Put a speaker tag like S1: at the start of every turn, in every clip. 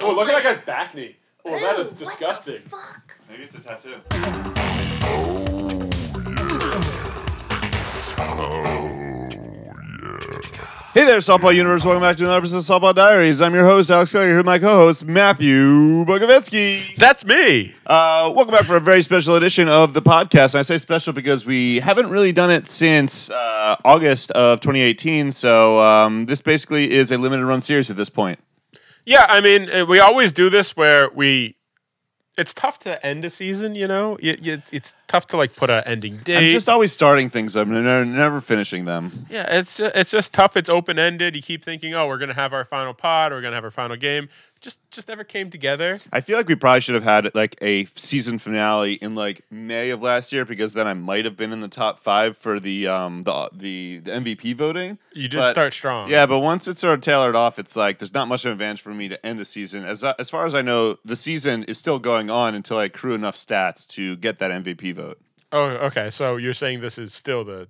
S1: Oh, look at that guy's back knee. Oh, that
S2: Ew,
S1: is
S2: what the
S1: disgusting.
S2: fuck?
S3: Maybe it's a tattoo.
S4: Hey there, Softball Universe. Welcome back to another episode of Softball Diaries. I'm your host, Alex Kelly, here with my co-host, Matthew Bogovetsky.
S5: That's me.
S4: Uh, welcome back for a very special edition of the podcast. And I say special because we haven't really done it since uh, August of 2018. So um, this basically is a limited run series at this point.
S5: Yeah, I mean, uh, we always do this where we. It's tough to end a season, you know. Y y it's tough to like put an ending
S4: I'm
S5: date.
S4: just always starting things up and never, never finishing them.
S5: yeah, it's ju- it's just tough. It's open ended. You keep thinking, oh, we're gonna have our final pod, or we're gonna have our final game. Just just never came together.
S4: I feel like we probably should have had like a season finale in like May of last year because then I might have been in the top five for the um the the, the MVP voting.
S5: You did
S4: But-
S5: start strong.
S4: Yeah, but once it's sort of tailored off, it's like there's not much of an advantage for me to end the season. As as far as I know, the season is still going on until I accrue enough stats to get that MVP vote.
S5: Oh, okay. So you're saying this is still the,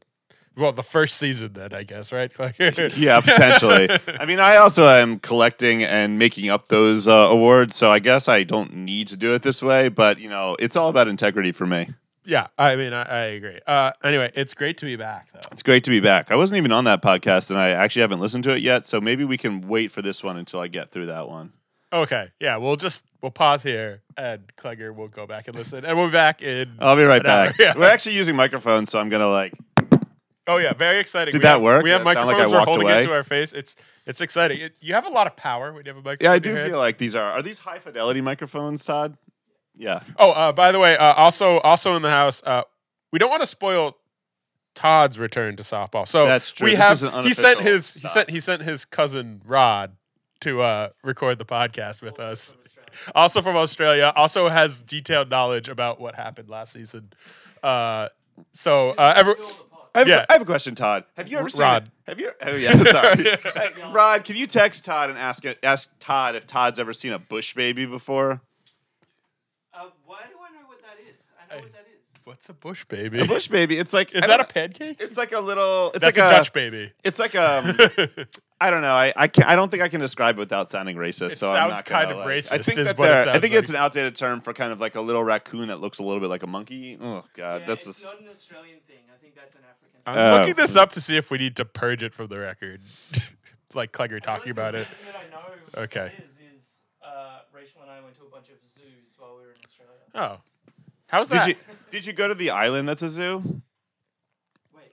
S5: well, the first season then, I guess, right? Like-
S4: Yeah, potentially. I mean, I also am collecting and making up those uh, awards, so I guess I don't need to do it this way. But you know, it's all about integrity for me.
S5: yeah. I mean, I, I agree. Uh, anyway, it's great to be back though.
S4: It's great to be back. I wasn't even on that podcast, and I actually haven't listened to it yet. So maybe we can wait for this one until I get through that one.
S5: Okay. Yeah. We'll just we'll pause here, and Klegger will go back and listen, and we'll be back in.
S4: I'll be right
S5: An hour,
S4: back.
S5: yeah.
S4: We're actually using microphones, so I'm gonna like
S5: Oh yeah, very exciting.
S4: Did
S5: We
S4: that
S5: have-
S4: work?
S5: We have
S4: Did it sound like I
S5: microphones. we're
S4: walked
S5: holding
S4: away?
S5: it to our face. It's it's exciting. It, you have a lot of power when you have a microphone.
S4: Yeah, I
S5: in
S4: do
S5: your hand.
S4: feel like these are are these high fidelity microphones, Todd? Yeah.
S5: Oh, uh, by the way, uh, also also in the house, uh, we don't want to spoil Todd's return to softball. So
S4: That's true.
S5: We
S4: This
S5: have
S4: is an
S5: he sent
S4: unofficial
S5: his he
S4: stop.
S5: sent he sent his cousin Rod to uh, record the podcast with us. Also from Australia, also has detailed knowledge about what happened last season. Uh, so uh, every,
S4: I have,
S5: Yeah.
S4: I have a question, Todd. Have you ever seen
S5: Rod.
S4: Have you? Oh yeah, sorry. Hey, Rod, can you text Todd and ask it- ask Todd if Todd's ever seen a bush baby before?
S6: Uh, why do I know what that is? I know what that is.
S5: what's a bush baby?
S4: A bush baby. It's like
S5: Is
S4: I
S5: that a
S4: don't-
S5: pancake?
S4: It's like a little. It's
S5: That's
S4: like
S5: a Dutch baby.
S4: It's like um. I don't know. I I, can't, I don't think I can describe it without sounding racist.
S5: It
S4: so I'm
S5: sounds
S4: not gonna,
S5: kind of
S4: like- I
S5: racist
S4: think
S5: is
S4: that
S5: what it
S4: they're- I
S5: sounds
S4: think it's an
S5: like.
S4: outdated term for kind of like a little raccoon that looks a little bit like a monkey. Oh god,
S6: Yeah,
S4: that's
S6: it's
S4: just,
S6: not an Australian thing. I think that's an African
S5: I'm
S6: thing.
S4: Uh,
S5: looking this up to see if we need to purge it from the record. like Clegger talking about it.
S6: The only thing that I know
S5: Okay.
S6: it is is uh, Rachel and I went to a bunch of zoos while we were in Australia.
S5: Oh. How's
S4: Did
S5: that?
S4: you did you go to the island that's a zoo?
S6: Wait,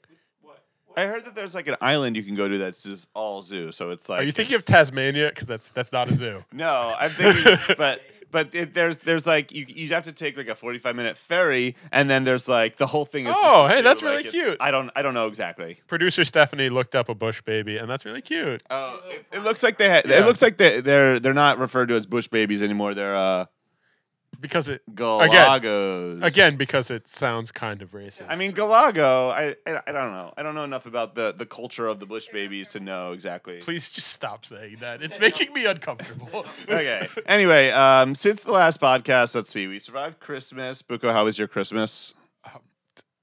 S6: wh- what? what
S4: I
S6: is
S4: heard that
S6: that?
S4: there's like an island you can go to that's just all zoo. So it's like
S5: Are Oh, you thinking of Tasmania? Because that's that's not a zoo.
S4: No, I'm thinking, but but it, there's there's like you you have to take like a 45 minute ferry, and then there's like the whole thing is. just
S5: Oh,
S4: a
S5: hey,
S4: zoo,
S5: that's
S4: like,
S5: really
S4: it's-
S5: cute.
S4: I don't I don't know exactly.
S5: Producer Stephanie looked up a bush baby, and that's really cute.
S4: Oh, it, it looks like they ha-
S5: Yeah.
S4: it looks like they they're they're not referred to as bush babies anymore. They're uh
S5: Because it
S4: galagos.
S5: again, because it sounds kind of racist.
S4: I mean galago. I, I I don't know. I don't know enough about the the culture of the bush babies to know exactly.
S5: please just stop saying that. It's making me uncomfortable.
S4: okay. Anyway, um, since the last podcast, let's see, we survived Christmas. Buko, how was your Christmas?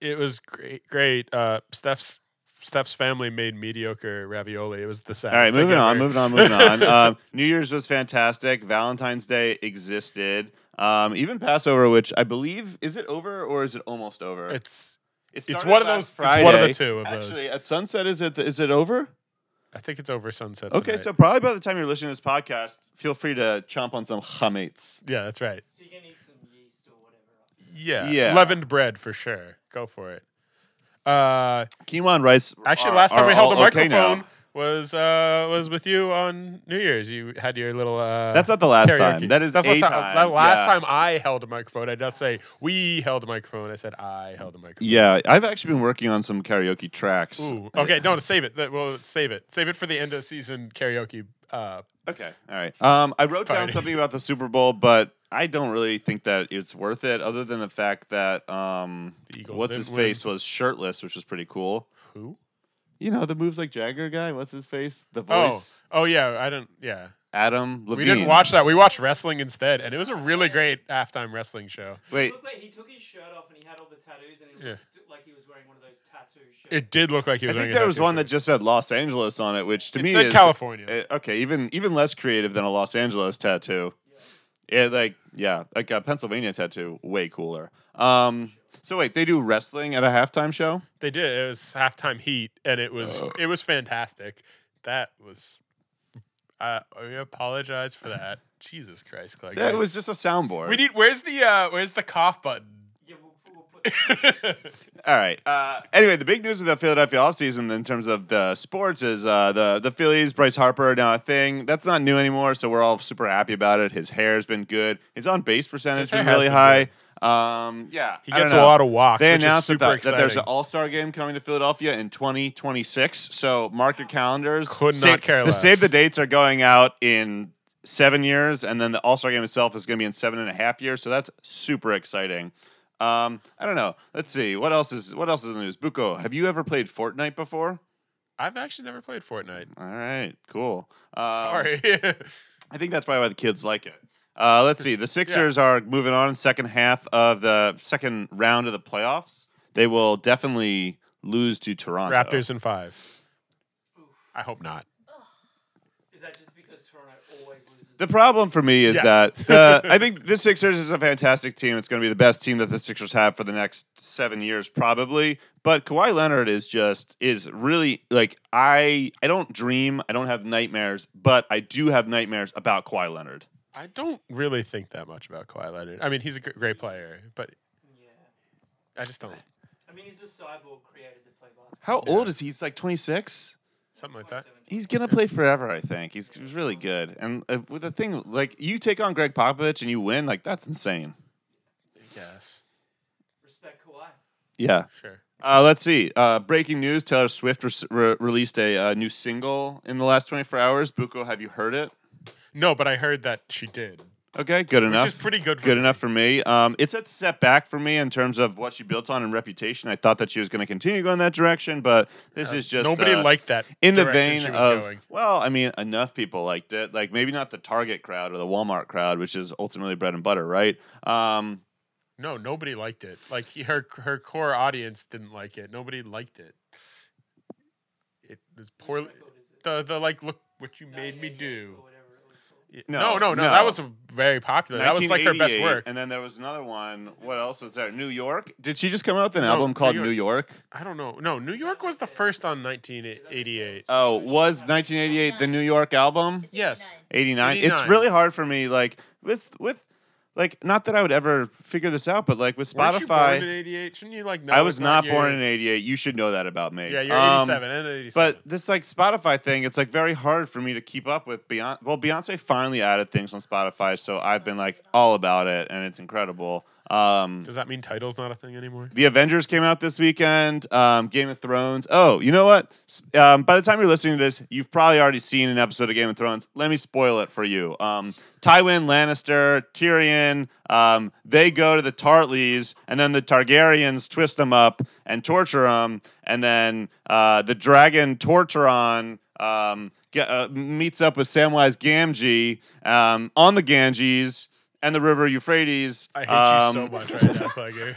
S5: It was great. Great. Uh, Steph's Steph's family made mediocre ravioli. It was the saddest.
S4: All right,
S5: thing
S4: moving on,
S5: ever.
S4: moving on, moving on. Um, New Year's was fantastic. Valentine's Day existed. Um, even Passover, which I believe, is it over or is it almost over?
S5: It's
S4: It
S5: it's
S4: started
S5: one of
S4: last
S5: those. It's one of
S4: Friday.
S5: the two of those.
S4: Actually, at sunset, is it is it over?
S5: I think it's over sunset.
S4: Okay,
S5: tonight.
S4: so probably by the time you're listening to this podcast, feel free to chomp on some chametz.
S5: yeah, that's right.
S6: So you can eat some yeast or whatever.
S5: Yeah.
S4: Yeah.
S5: leavened bread for sure. Go for it. Uh,
S4: Quinoa and rice.
S5: actually,
S4: are-
S5: last time
S4: are
S5: we held a
S4: all okay now.
S5: microphone was uh was with you on New Year's. You had your little. Uh,
S4: That's not the last time.
S5: karaoke.
S4: That is
S5: That's
S4: a
S5: last time.
S4: time.
S5: that last
S4: Yeah.
S5: time I held a microphone, I did not say we held a microphone. I said I held a microphone.
S4: Yeah, I've actually been working on some karaoke tracks.
S5: Ooh. Okay. No, save it. That- Well, save it. Save it for the end of season karaoke. Uh,
S4: Okay. All right. Um, I wrote down
S5: Party.
S4: something about the Super Bowl, but I don't really think that it's worth it, other than the fact that um,
S5: The Eagles
S4: what's his
S5: didn't
S4: face was shirtless, which was pretty cool.
S5: who?
S4: You know the moves like Jagger guy. What's his face? The
S5: Oh.
S4: voice.
S5: Oh yeah. I don't. Yeah.
S4: Adam Levine.
S5: We didn't watch that. We watched wrestling instead, and it was a really great halftime wrestling show.
S4: Wait.
S6: It looked like he took his shirt off and he had all the tattoos and it
S5: Yeah.
S6: looked like he was wearing one of those tattoo shirts.
S5: It did look like he
S4: I
S5: was.
S4: think
S5: wearing a
S4: there was
S5: tattoo
S4: one
S5: shirt.
S4: that just said Los Angeles on it, which to
S5: It
S4: me
S5: said
S4: is eh,
S5: California.
S4: uh, okay, even even less creative than a Los Angeles tattoo. It, like yeah, like a Pennsylvania tattoo, way cooler. Um, so wait, they do wrestling at a halftime show.
S5: They did. It was halftime heat, and it was it was fantastic. That was. I I apologize for that. Jesus Christ, Clay.
S4: That was just a soundboard.
S5: We need. Where's the uh Where's the cough button?
S6: Yeah, we'll, we'll put.
S4: All right. Uh, anyway, the big news of the Philadelphia offseason in terms of the sports is uh, the the Phillies, Bryce Harper, are now a thing. That's not new anymore, so we're all super happy about it. His hair's been good. His on base percentage
S5: His
S4: has
S5: hair
S4: been really
S5: has
S4: high.
S5: been
S4: Um, yeah,
S5: He
S4: I don't
S5: gets a
S4: know.
S5: lot of walks,
S4: They
S5: which is
S4: announced that,
S5: super
S4: the- that there's an
S5: exciting.
S4: All Star game coming to Philadelphia in 2026. So mark your calendars.
S5: Could not
S4: Save-
S5: care
S4: the
S5: less.
S4: save the dates are going out in seven years, and then the All Star game itself is going to be in seven and a half years. So that's super exciting. Um, I don't know. Let's see what else is what else is in the news. Buko, have you ever played Fortnite before?
S5: I've actually never played Fortnite.
S4: All right, cool. Um,
S5: Sorry.
S4: I think that's probably why the kids like it. Uh, let's see. The Sixers are moving on in second half of the second round of the playoffs. They will definitely lose to Toronto.
S5: Raptors in five. I hope not.
S6: Is that just because Toronto always loses?
S4: The problem for me is
S5: Yes.
S4: that the, I think the Sixers is a fantastic team. It's going to be the best team that the Sixers have for the next seven years, probably. But Kawhi Leonard is just is really like I I don't dream, I don't have nightmares, but I do have nightmares about Kawhi Leonard.
S5: I don't really think that much about Kawhi Leonard. I mean, he's a gr- great player, but
S6: yeah.
S5: I just don't.
S6: I mean, he's a cyborg created to play basketball.
S4: How old is he? He's like twenty six.
S5: Something like that.
S6: 27.
S4: He's gonna play forever, I think. He's, he's really good, and uh, with the thing like you take on Greg Popovich and you win, like that's insane.
S5: Yes.
S6: Respect Kawhi.
S4: Yeah.
S5: Sure.
S4: Uh, let's see. Uh, breaking news: Taylor Swift re- re- released a uh, new single in the last 24 hours. Buko, have you heard it?
S5: No, but I heard that she did.
S4: Okay, good enough.
S5: is pretty good for
S4: Good
S5: me.
S4: enough for me. Um, it's a step back for me in terms of what she built on in reputation. I thought that she was going to continue going that direction, but this is just
S5: Nobody
S4: uh,
S5: liked that
S4: in the
S5: direction
S4: vein
S5: she was
S4: of
S5: going.
S4: well, I mean, enough people liked it. Like maybe not the Target crowd or the Walmart crowd, which is ultimately bread and butter, right? Um,
S5: No, nobody liked it. Like he, her her core audience didn't like it. Nobody liked it. It was poorly
S6: What is it?
S5: the the like look what you
S6: No,
S5: made
S6: yeah,
S5: me
S6: yeah,
S5: do.
S6: or whatever it was called.
S5: Yeah.
S4: No,
S5: No, no, no, That
S4: no.
S5: was a very popular. That was like her best
S4: 1988,
S5: work.
S4: And then there was another one. What else was there? New York. Did she just come out with an
S5: No,
S4: album
S5: New
S4: called
S5: York.
S4: New York?
S5: I don't know. No, New York was the first on 1988.
S4: Oh, was 1988 the New York album?
S5: Yes.
S4: 89.
S5: 89.
S4: It's really hard for me, like with with like not that I would ever figure this out, but like with
S5: Weren't you born in
S4: Spotify,
S5: 88? Shouldn't you like know
S4: I was
S5: it's
S4: not
S5: your-
S4: born in 88. You should know that about me.
S5: Yeah, you're
S4: Um,
S5: 87 and 87.
S4: But this like Spotify thing, it's like very hard for me to keep up with Beyonce. Well, Beyonce finally added things on Spotify, so I've been like all about it, and it's incredible. Um,
S5: Does that mean title's not a thing anymore?
S4: The Avengers came out this weekend. Um, Game of Thrones. Oh, you know what? S- Um, by the time you're listening to this, you've probably already seen an episode of Game of Thrones. Let me spoil it for you. Um, Tywin Lannister, Tyrion, um, they go to the Tartleys, and then the Targaryens twist them up and torture them, and then uh, the dragon Torturon um, ge- uh, meets up with Samwise Gamgee um, on the Ganges and the River Euphrates.
S5: I hate you so
S4: um,
S5: much right now, Plager.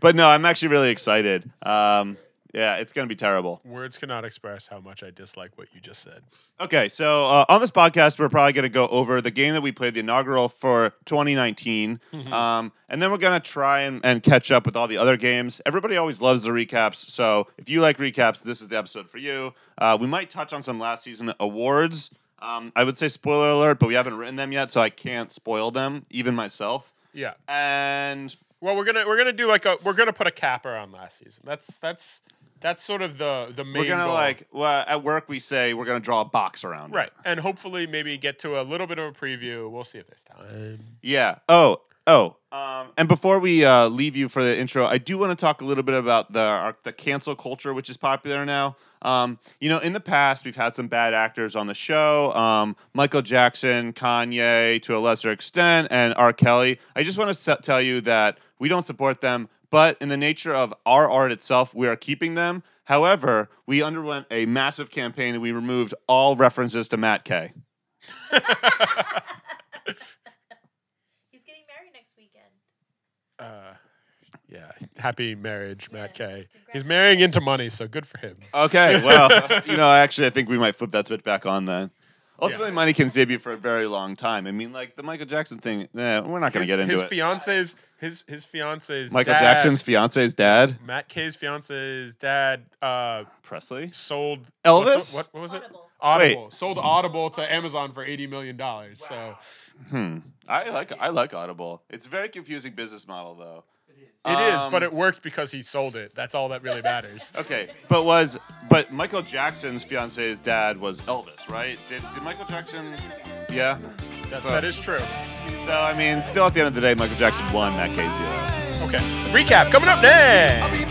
S4: but no, I'm actually really excited. Um, yeah, it's going to be terrible.
S5: Words cannot express how much I dislike what you just said.
S4: Okay, so uh, on this podcast, we're probably going to go over the game that we played, the inaugural for 2019. Um, and then we're going to try and, and catch up with all the other games. Everybody always loves the recaps. So if you like recaps, this is the episode for you. Uh, we might touch on some last season awards. Um, I would say spoiler alert, but we haven't written them yet, so I can't spoil them, even myself.
S5: Yeah.
S4: And
S5: Well, we're gonna we're gonna do like a we're gonna put a capper on last season. That's that's that's sort of the the main.
S4: we're going to,
S5: goal.
S4: like, well, at work, we say we're going to draw a box around it.
S5: right, and hopefully maybe get to a little bit of a preview. We'll see if there's time.
S4: Yeah. Oh. Oh. Um, and before we uh, leave you for the intro, I do want to talk a little bit about the our, the cancel culture, which is popular now. Um, you know, in the past, we've had some bad actors on the show: um, Michael Jackson, Kanye, to a lesser extent, and R. Kelly. I just want to se- tell you that we don't support them, but in the nature of our art itself, we are keeping them. However, we underwent a massive campaign and we removed all references to Matt Kay.
S2: He's getting married next weekend.
S5: Uh, yeah. Happy marriage, Matt
S2: Yeah,
S5: Kay. He's
S2: congratulations.
S5: marrying into money, so good for him.
S4: Okay, well, you know, actually, I think we might flip that switch back on then. Ultimately, money can save you for a very long time. I mean, like the Michael Jackson thing. Nah, we're not going to
S5: His,
S4: get into
S5: his
S4: it.
S5: fiance's his his fiance's
S4: Michael
S5: dad-
S4: Jackson's fiance's dad,
S5: Matt K's fiance's dad uh,
S4: Presley.
S5: sold
S4: Elvis?
S5: What, what was it?
S2: Audible.
S5: Audible sold Audible to Amazon for eighty million dollars. So
S4: Hmm. I like I like Audible. It's a very confusing business model, though.
S6: It is.
S5: it is, but
S4: Um,
S5: it worked because he sold it. That's all that really matters.
S4: Okay, but was but Michael Jackson's fiance's dad was Elvis, right? Did, did Michael Jackson? Yeah.
S5: That-
S4: So-
S5: that is true.
S4: So I mean, still at the end of the day, Michael Jackson won that case. Yeah.
S5: Okay, recap coming up next.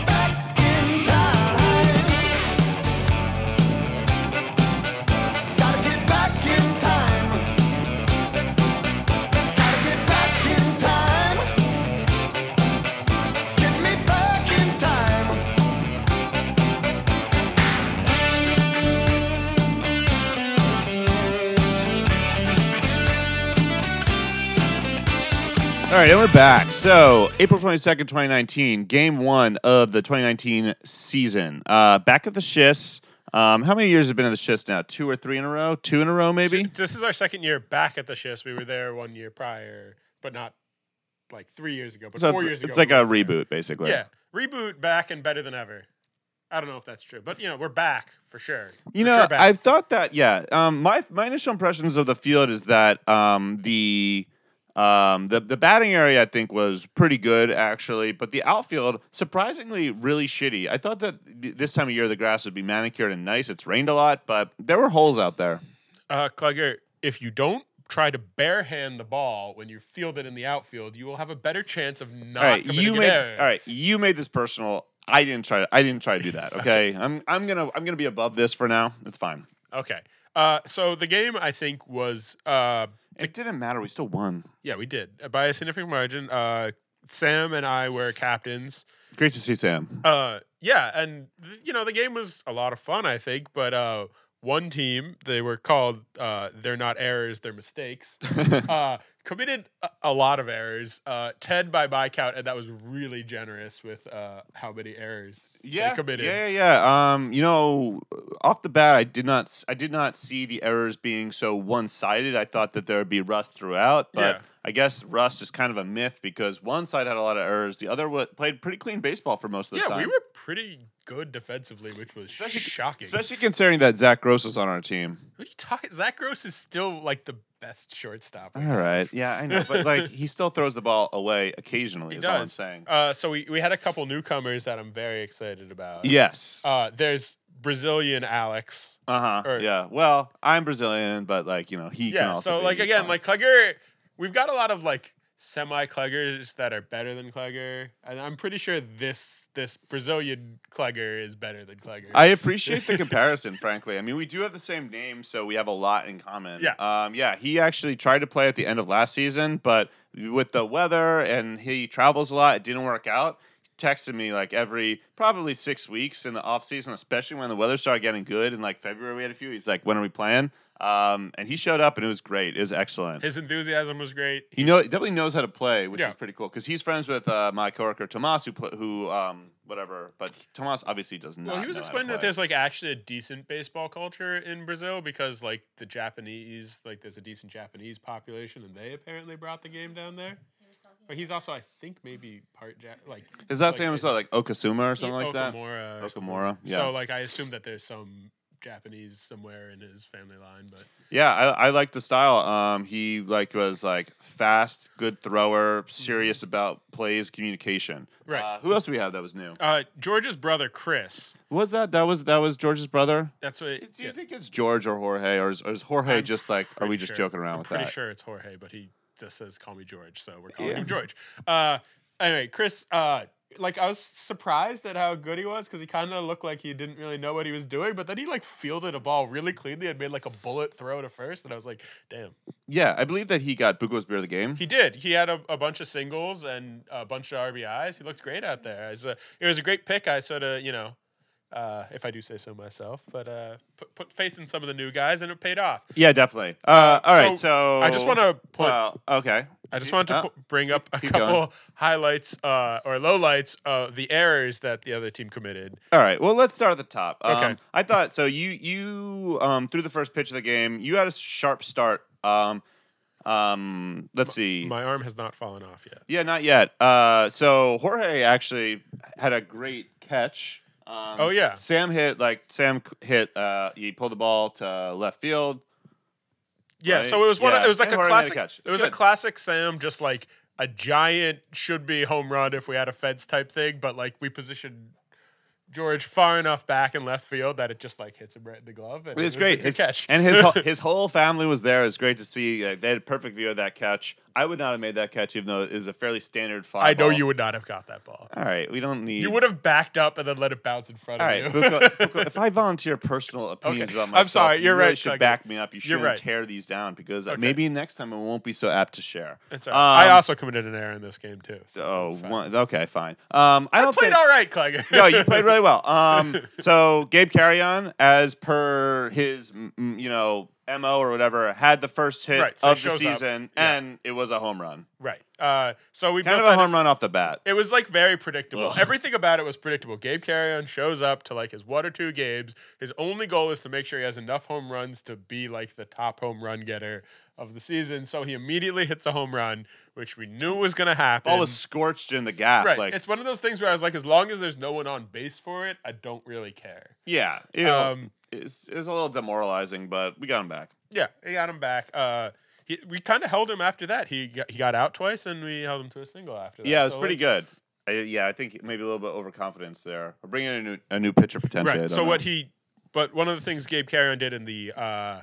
S4: All right, and we're back. So April twenty second, twenty nineteen, game one of the twenty nineteen season. Uh, back at the shifts. Um, how many years have been at the shifts now? Two or three in a row? Two in a row, maybe.
S5: This is our second year back at the shifts. We were there one year prior, but not like three years ago, but
S4: So
S5: four
S4: it's,
S5: years ago.
S4: it's like
S5: we
S4: a
S5: were there.
S4: reboot, basically.
S5: Yeah, reboot back and better than ever. I don't know if that's true, but you know we're back for sure.
S4: You
S5: For
S4: know,
S5: sure back.
S4: I've thought that. Yeah. Um, my my initial impressions of the field is that um, the um, the the batting area I think was pretty good actually, but the outfield surprisingly really shitty. I thought that this time of year the grass would be manicured and nice. It's rained a lot, but there were holes out there.
S5: Uh, Clugger, if you don't try to barehand the ball when you field it in the outfield, you will have a better chance of not
S4: all right,
S5: committing
S4: you
S5: an
S4: made
S5: error.
S4: all right. You made this personal. I didn't try. I didn't try to do that. Okay, I'm I'm gonna I'm gonna be above this for now. It's fine.
S5: Okay. Uh, so the game, I think, was uh,
S4: It didn't matter. We still won.
S5: yeah, we did Uh, by a significant margin. Uh, Sam and I were captains.
S4: Great to see Sam.
S5: Uh, yeah, and th- you know the game was a lot of fun, I think. But uh, one team, they were called uh, "They're not errors, they're mistakes." uh, committed a, a lot of errors. Uh, Ten by my count, and that was really generous with uh, how many errors
S4: yeah,
S5: they committed.
S4: Yeah, yeah, yeah. Um, you know, off the bat, I did not, s- I did not see the errors being so one-sided. I thought that there would be rust throughout, but
S5: Yeah.
S4: I guess rust is kind of a myth because one side had a lot of errors, the other wa played pretty clean baseball for most of the
S5: Yeah,
S4: time.
S5: we were pretty good defensively, which was
S4: Especially-
S5: shocking.
S4: especially considering that Zach Gross is on our team.
S5: What are you talking? Zach Gross is still like the best shortstop.
S4: All right, yeah, I know, but like he still throws the ball away occasionally.
S5: He
S4: is all I'm
S5: does.
S4: saying.
S5: Uh, so we, we had a couple newcomers that I'm very excited about.
S4: yes.
S5: Uh, there's Brazilian Alex.
S4: Uh huh.
S5: or-
S4: Yeah. Well, I'm Brazilian, but like you know, he can
S5: Yeah.
S4: also
S5: So
S4: be
S5: like again,
S4: fine.
S5: like Clegger, we've got a lot of like semi Cleggers that are better than Clegger, and I'm pretty sure this this Brazilian Clegger is better than Clegger.
S4: I appreciate the comparison, frankly. I mean, we do have the same name, so we have a lot in common.
S5: Yeah.
S4: Um, yeah, he actually tried to play at the end of last season, but with the weather and he travels a lot, it didn't work out. He texted me like every probably six weeks in the off season, especially when the weather started getting good. In like February, we had a few. He's like, when are we playing? Um, and he showed up and it was great. It was excellent.
S5: His enthusiasm was great.
S4: He know definitely knows how to play, which
S5: Yeah.
S4: is pretty cool because he's friends with uh, my coworker Tomas, who pl- who um whatever. But Tomas obviously does not.
S5: Well, he was
S4: know how to
S5: explaining that
S4: play.
S5: there's like actually a decent baseball culture in Brazil because like the Japanese, like there's a decent Japanese population, and they apparently brought the game down there. But he's also, I think, maybe part Jap. Like
S4: His last
S5: like,
S4: name was uh, like Okasuma or something like that.
S5: Okamura or something.
S4: Okamura. Yeah.
S5: So like I assume that there's some Japanese somewhere in his family line, but
S4: yeah, I, I like the style. Um, he like was like fast, good thrower, serious about plays, communication.
S5: Right.
S4: Uh, who else do we have that was new?
S5: uh, George's brother Chris.
S4: Who was that? That was that was George's brother.
S5: That's what.
S4: Do you
S5: yeah.
S4: think it's George or Jorge, or is, or is Jorge
S5: I'm
S4: just like? Are we
S5: pretty
S4: just
S5: sure-
S4: joking around
S5: I'm
S4: with
S5: pretty
S4: that?
S5: sure it's Jorge, but he just says call me George, so we're calling
S4: Yeah.
S5: him George. Uh, anyway, Chris. Uh, like I was surprised at how good he was because he kind of looked like he didn't really know what he was doing, but then he like fielded a ball really cleanly and made like a bullet throw to first, and I was like, damn.
S4: Yeah, I believe that he got Buko's beer of the game.
S5: He did. He had a, a bunch of singles and a bunch of RBIs. He looked great out there. It was a, it was a great pick. I sort of, you know, uh, if I do say so myself, but uh, put, put faith in some of the new guys, and it paid off.
S4: Yeah, definitely. Uh, all right, Uh, so,
S5: I just want to put.
S4: Well, okay.
S5: I just wanted to
S4: Oh.
S5: po- bring up a
S4: Keep
S5: couple
S4: going.
S5: highlights uh, or lowlights of the errors that the other team committed.
S4: All right. Well, let's start at the top. Um,
S5: Okay.
S4: I thought so. You you um, through the first pitch of the game, you had a sharp start. Um, um, let's see.
S5: My arm has not fallen off yet.
S4: yeah, not yet. Uh, so Jorge actually had a great catch. Um,
S5: Oh, yeah.
S4: S- Sam hit like Sam c- hit. Uh, he pulled the ball to left field.
S5: Yeah,
S4: Right?
S5: so it was one.
S4: Yeah.
S5: Of, it was like
S4: And
S5: a
S4: Jorge made a
S5: classic.
S4: catch.
S5: It
S4: It's
S5: was a
S4: good.
S5: classic Sam, just like a giant should be home run if we had a fence type thing, but like we positioned George far enough back in left field that it just like hits him right in the glove. And
S4: It was
S5: a
S4: great.
S5: good
S4: His,
S5: catch
S4: and his whole, his whole family was there. It was great to see. Like, they had a perfect view of that catch. I would not have made that catch, even though it is a fairly standard fly.
S5: I know
S4: ball.
S5: you would not have caught that ball.
S4: All right, we don't need.
S5: You would have backed up and then let it bounce in front
S4: All
S5: of
S4: right,
S5: you.
S4: Buko, Buko, if I volunteer personal opinions
S5: Okay,
S4: about
S5: I'm
S4: myself,
S5: sorry,
S4: you
S5: you're
S4: really
S5: right,
S4: should
S5: Dougie.
S4: back me up. You
S5: You're
S4: shouldn't
S5: right.
S4: tear these down because uh
S5: Okay.
S4: maybe next time I won't be so apt to share.
S5: It's all right. I
S4: Um,
S5: also committed an error in this game too. So
S4: Oh,
S5: it's fine.
S4: one, okay, fine. Um, I
S5: I
S4: don't
S5: played
S4: think.
S5: all right, Clegg.
S4: no, you played really well. Um, so Gabe Carrion, as per his, mm, mm, you know, mo or whatever, had the first hit
S5: Right, so he
S4: of the
S5: shows up.
S4: season,
S5: Yeah.
S4: and it was a home run,
S5: right. Uh, so we
S4: kind
S5: built
S4: of a
S5: that-
S4: home run off the bat.
S5: It was like very predictable.
S4: Ugh.
S5: Everything about it was predictable. Gabe Carrion shows up to like his one or two games. His only goal is to make sure he has enough home runs to be like the top home run getter of the season. So he immediately hits a home run, which we knew was going to happen.
S4: Ball was scorched in the gap.
S5: right.
S4: Like,
S5: it's one of those things where I was like, as long as there's no one on base for it, I don't really care.
S4: yeah, you know,
S5: Um,
S4: it's, it's a little demoralizing, but we got him back.
S5: yeah, he got him back. Uh, he, we kind of held him after that. He got, he got out twice, and we held him to a single after that.
S4: Yeah, it was
S5: So,
S4: pretty
S5: like,
S4: good. I, yeah, I think maybe a little bit overconfidence there. We're bringing in a new, a new pitcher potentially. I
S5: Right.
S4: don't
S5: So
S4: know.
S5: what he, but one of the things Gabe Carrion did in the, uh,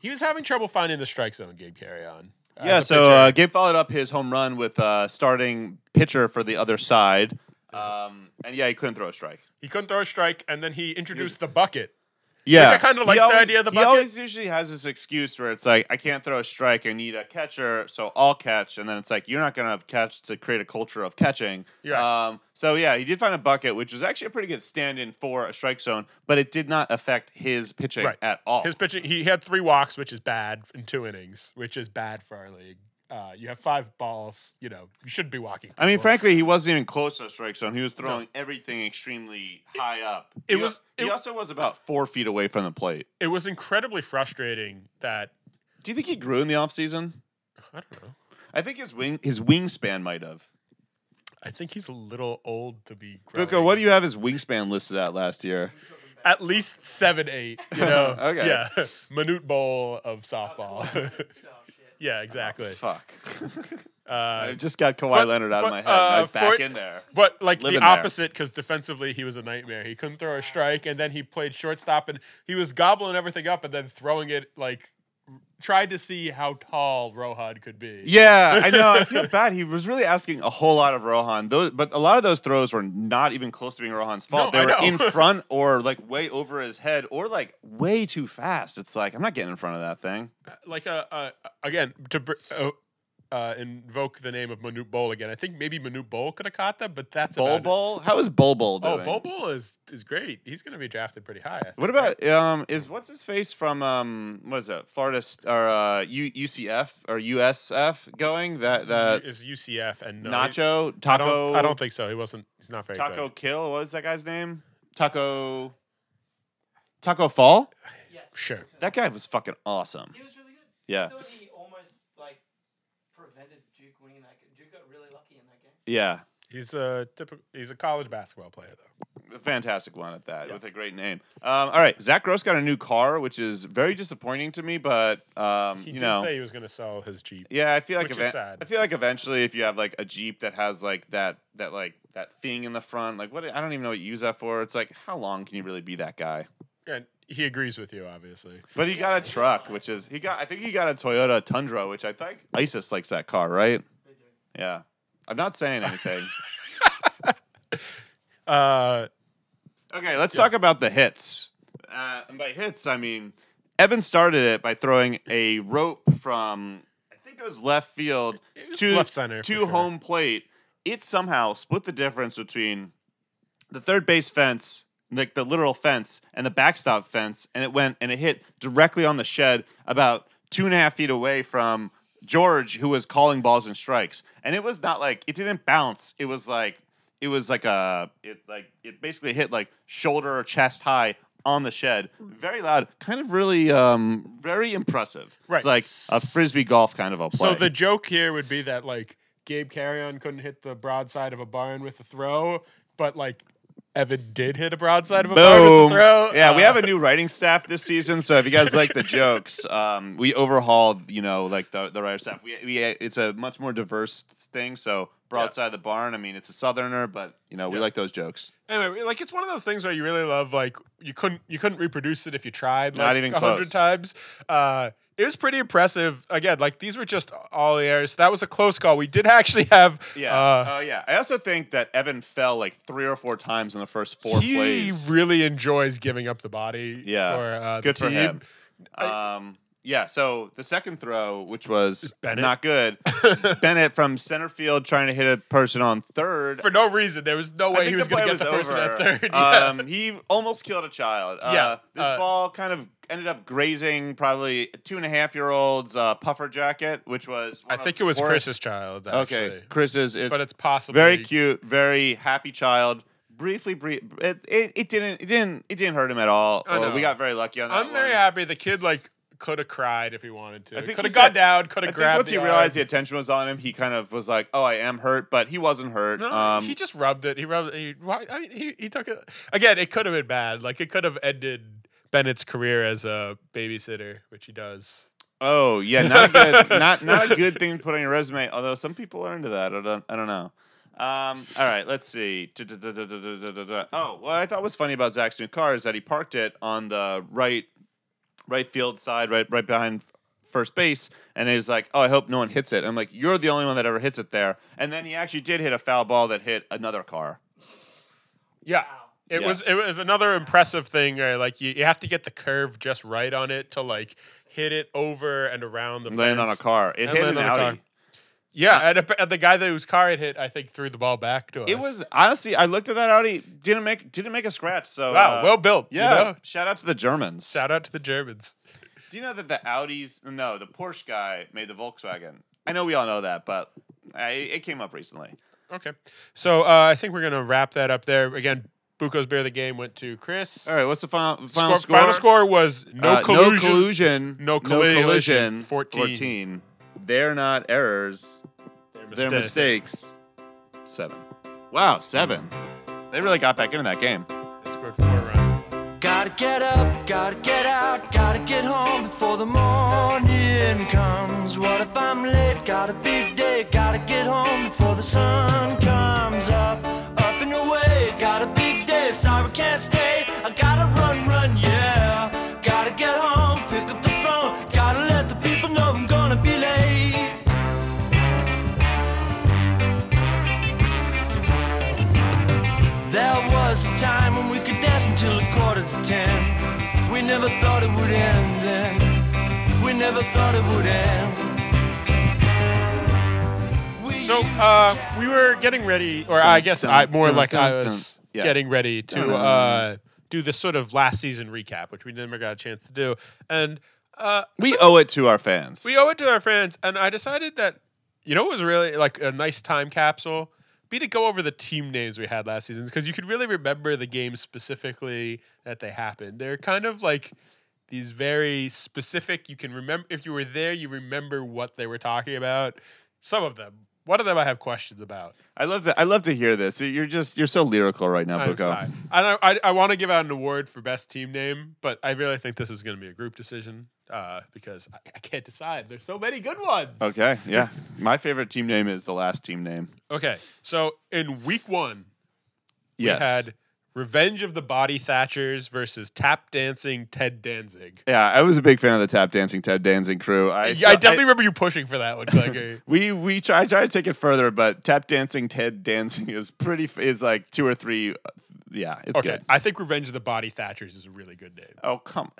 S5: he was having trouble finding the strike zone. Gabe Carrion. as
S4: Yeah,
S5: a
S4: so
S5: pitcher.
S4: uh, Gabe followed up his home run with uh, starting pitcher for the other side, um, and yeah, he couldn't throw a strike.
S5: he couldn't throw a strike, and then he introduced the bucket.
S4: Yeah,
S5: I kinda
S4: He
S5: like the
S4: always-
S5: idea of the
S4: He
S5: bucket.
S4: always usually has this excuse where it's like, I can't throw a strike. I need a catcher, so I'll catch. And then it's like, you're not gonna catch to create a culture of catching.
S5: Yeah.
S4: Um, so yeah, he did find a bucket, which was actually a pretty good stand-in for a strike zone, but it did not affect his pitching
S5: Right.
S4: at all.
S5: His pitching, he had three walks, which is bad in two innings, which is bad for our league. Uh, you have five balls. You know, you shouldn't be walking.
S4: I mean,
S5: people.
S4: frankly, he wasn't even close to a strike zone. He was throwing everything extremely high up.
S5: it
S4: He
S5: was-
S4: He
S5: it-
S4: also was about four feet away from the plate.
S5: it was incredibly frustrating that
S4: Do you think he grew in the offseason?
S5: I don't know.
S4: I think his wing his wingspan might have.
S5: I think he's a little old to be. Growing.
S4: Buko, what do you have his wingspan listed at last year?
S5: at least seven eight. You know,
S4: Okay.
S5: yeah, minute bowl of softball.
S6: Style shit.
S5: yeah, exactly.
S4: Oh, Fuck. I
S5: Uh,
S4: just got Kawhi
S5: but-
S4: Leonard out
S5: but,
S4: of my head. and I
S5: uh,
S4: was back
S5: for-
S4: in there.
S5: but like
S4: Living
S5: the
S4: there.
S5: opposite, because defensively he was a nightmare. He couldn't throw a strike, and then he played shortstop, and he was gobbling everything up, and then throwing it like tried to see how tall Rohan could be.
S4: Yeah, I know. I feel bad. He was really asking a whole lot of Rohan. Those, but a lot of those throws were not even close to being Rohan's fault.
S5: No,
S4: they
S5: I
S4: were
S5: know.
S4: in front or like way over his head or like way too fast. It's like I'm not getting in front of that thing.
S5: like uh, uh again to br- uh, uh, invoke the name of Manute Bowl again. I think maybe Manute Bowl could have caught them, but that's
S4: Bol
S5: about it.
S4: Bol, how is Bol Bol doing?
S5: Oh, Bol Bol is is great. He's going to be drafted pretty high. I think,
S4: What
S5: right?
S4: about um? Is what's his face from um? What is it? Florida st- or uh, U- UCF or USF going? That that
S5: is UCF and no,
S4: uh,
S5: he-
S4: Nacho
S5: I
S4: Taco.
S5: don't, I don't think so. He wasn't. He's not very
S4: Taco
S5: good.
S4: Kill. What is that guy's name? Taco. Taco Fall.
S6: Yeah.
S5: Sure.
S4: That guy was fucking awesome.
S6: He was really good.
S4: Yeah.
S6: I thought he almost like prevented Duke winning that game. Duke got really lucky in that game.
S4: Yeah.
S5: He's a typical. He's a college basketball player though.
S4: A fantastic one at that
S5: Yeah.
S4: with a great name. Um, all right, Zach Gross got a new car, which is very disappointing to me, but um,
S5: He
S4: you
S5: did
S4: know,
S5: say he was going to sell his Jeep.
S4: yeah, I feel like
S5: which is
S4: evan-
S5: sad.
S4: I feel like eventually, if you have like a Jeep that has like that that like that thing in the front, like what I don't even know what you use that for. It's like how long can you really be that guy?
S5: And he agrees with you, obviously.
S4: But he got a truck, which is he got. I think he got a Toyota Tundra, which I think ISIS likes that car, right?
S6: They do.
S4: Yeah, I'm not saying anything.
S5: Uh,
S4: Okay, let's talk about the hits. Uh, and by hits, I mean Evan started it by throwing a rope from I think it was left field
S5: It was
S4: to
S5: left center, for
S4: to
S5: sure.
S4: home plate. It somehow split the difference between the third base fence, like the literal fence, and the backstop fence, and it went and it hit directly on the shed about two and a half feet away from George who was calling balls and strikes, and it was not like it didn't bounce. It was like it was like a it like it basically hit like shoulder or chest high on the shed, very loud, kind of really um very impressive.
S5: Right.
S4: It's like a frisbee golf kind of a play.
S5: So the joke here would be that like Gabe Carrion couldn't hit the broadside of a barn with a throw, but like Evan did hit a broadside of a barn
S4: Boom.
S5: with a throw.
S4: Yeah, we
S5: Uh,
S4: have a new writing staff this season, so if you guys like the jokes, um, we overhauled, you know, like the the writer staff. We, we it's a much more diverse thing. So broadside of the barn. I mean, it's a southerner, but you know, we
S5: Yeah.
S4: like those jokes.
S5: Anyway, like it's one of those things where you really love like you couldn't you couldn't reproduce it if you tried like
S4: Not even
S5: a
S4: close.
S5: hundred times. Uh, it was pretty impressive. Again, like these were just all the errors. That was a close call. We did actually have
S4: Yeah.
S5: uh,
S4: Oh yeah. I also think that Evan fell like three or four times in the first four
S5: he
S4: plays.
S5: really enjoys giving up the body.
S4: Yeah.
S5: for, uh, the
S4: good for
S5: team.
S4: him. Um, yeah. So the second throw, which was
S5: Bennett.
S4: not good, Bennett from center field trying to hit a person on third.
S5: for no reason. There was no
S4: I
S5: way
S4: think
S5: he was
S4: the
S5: going to
S4: play
S5: get the person at
S4: over.
S5: third.
S4: Um, he almost killed a child. Uh,
S5: Yeah,
S4: this
S5: uh,
S4: ball kind of ended up grazing probably a two and a half year old's uh, puffer jacket, which was.
S5: I
S4: one
S5: think it
S4: of
S5: was
S4: four-
S5: Chris's child. Actually.
S4: Okay, Chris's. It's,
S5: but it's possible.
S4: very cute, very happy child. Briefly, brief. It, it, it didn't it didn't it didn't hurt him at all.
S5: I
S4: Uh,
S5: know.
S4: we got very lucky on that.
S5: I'm very
S4: one.
S5: happy. The kid like could have cried if he wanted to.
S4: I think
S5: Could
S4: he
S5: have
S4: said-
S5: got down. Could
S4: I
S5: have
S4: think
S5: grabbed.
S4: once he
S5: the
S4: realized
S5: arm.
S4: the attention was on him, he kind of was like, "Oh, I am hurt," but he wasn't hurt.
S5: No,
S4: um,
S5: he just rubbed it. He rubbed. He, why- I mean, he, he took it again. It could have been bad. Like it could have ended Bennett's career as a babysitter, which he does.
S4: Oh yeah, not a good, not not a good thing to put on your resume. Although some people are into that. I don't, I don't know. Um, all right, let's see. Du-du-du-du-du-du-du-du-du. Oh, what I thought was funny about Zach's new car is that he parked it on the right, right field side, right, right behind first base, and he's like, "Oh, I hope no one hits it." I'm like, "You're the only one that ever hits it there." And then he actually did hit a foul ball that hit another car.
S5: Yeah.
S6: Wow.
S5: It
S4: Yeah.
S5: was it was another impressive thing where like you, you have to get the curve just right on it to like hit it over and around the
S4: Land on a
S5: fence.
S4: car. It
S5: And
S4: hit an
S5: land on a
S4: Audi.
S5: car. Yeah, and, ap- and the guy that whose car it hit, I think, threw the ball back to us.
S4: It was honestly, I looked at that Audi, didn't make didn't make a scratch. So
S5: wow,
S4: uh,
S5: well built. you
S4: Yeah.
S5: know?
S4: Shout out to the Germans.
S5: Shout out to the Germans.
S4: Do you know that the Audis, no, the Porsche guy made the Volkswagen? I know we all know that, but I, it came up recently.
S5: Okay, so uh, I think we're gonna wrap that up there. Again, Buco's beer of the game went to Chris.
S4: All right, what's the final final
S5: Score- final score was no
S4: Uh,
S5: collusion.
S4: No collusion.
S5: No collision,
S4: 14.
S5: 14.
S4: They're not errors.
S5: Their
S4: They're mistakes. Seven. Wow, seven. They really got back into that game.
S5: They scored four runs.
S3: Gotta get up, gotta get out, gotta get home before the morning comes. What if I'm late? Got a big day, gotta get home before the sun comes up. Up and away, got a big day, sorry can't stay. I gotta run, run, yeah. Gotta get home, pick up the phone, gotta let the people know I'm gonna be late. There was a time when we could dance until a quarter to ten. We never thought it would end then. We never thought it would end. We
S5: So
S3: used to
S5: uh, we were getting ready, or I guess I more
S4: Dun,
S5: like
S4: dun,
S5: I
S4: dun.
S5: was
S4: Yeah.
S5: getting ready to uh, do this sort of last season recap, which we never got a chance to do, and uh,
S4: We owe it to our fans.
S5: we owe it to our friends. And I decided that you know what was really like a nice time capsule be to go over the team names we had last season because you could really remember the games specifically that they happened. They're kind of like these very specific. You can remember if you were there, you remember what they were talking about. Some of them. One of them I have questions about.
S4: I love to I love to hear this. You're just you're so lyrical right now,
S5: I'm
S4: Buko.
S5: sorry. And I, I, I want to give out an award for best team name, but I really think this is going to be a group decision uh, because I, I can't decide. There's so many good ones.
S4: Okay, yeah. My favorite team name is the last team name.
S5: Okay, so in week one,
S4: Yes.
S5: we had Revenge of the Body Thatchers versus Tap Dancing Ted Danzig.
S4: yeah, I was a big fan of the tap dancing Ted Dancing crew. I,
S5: I, yeah, I definitely remember you pushing for that one, uh, Gregor.
S4: we we try I try to take it further, but tap dancing Ted dancing is pretty f- is like two or three. uh, Yeah, it's
S5: okay,
S4: good.
S5: I think Revenge of the Body Thatchers is a really good name.
S4: Oh come,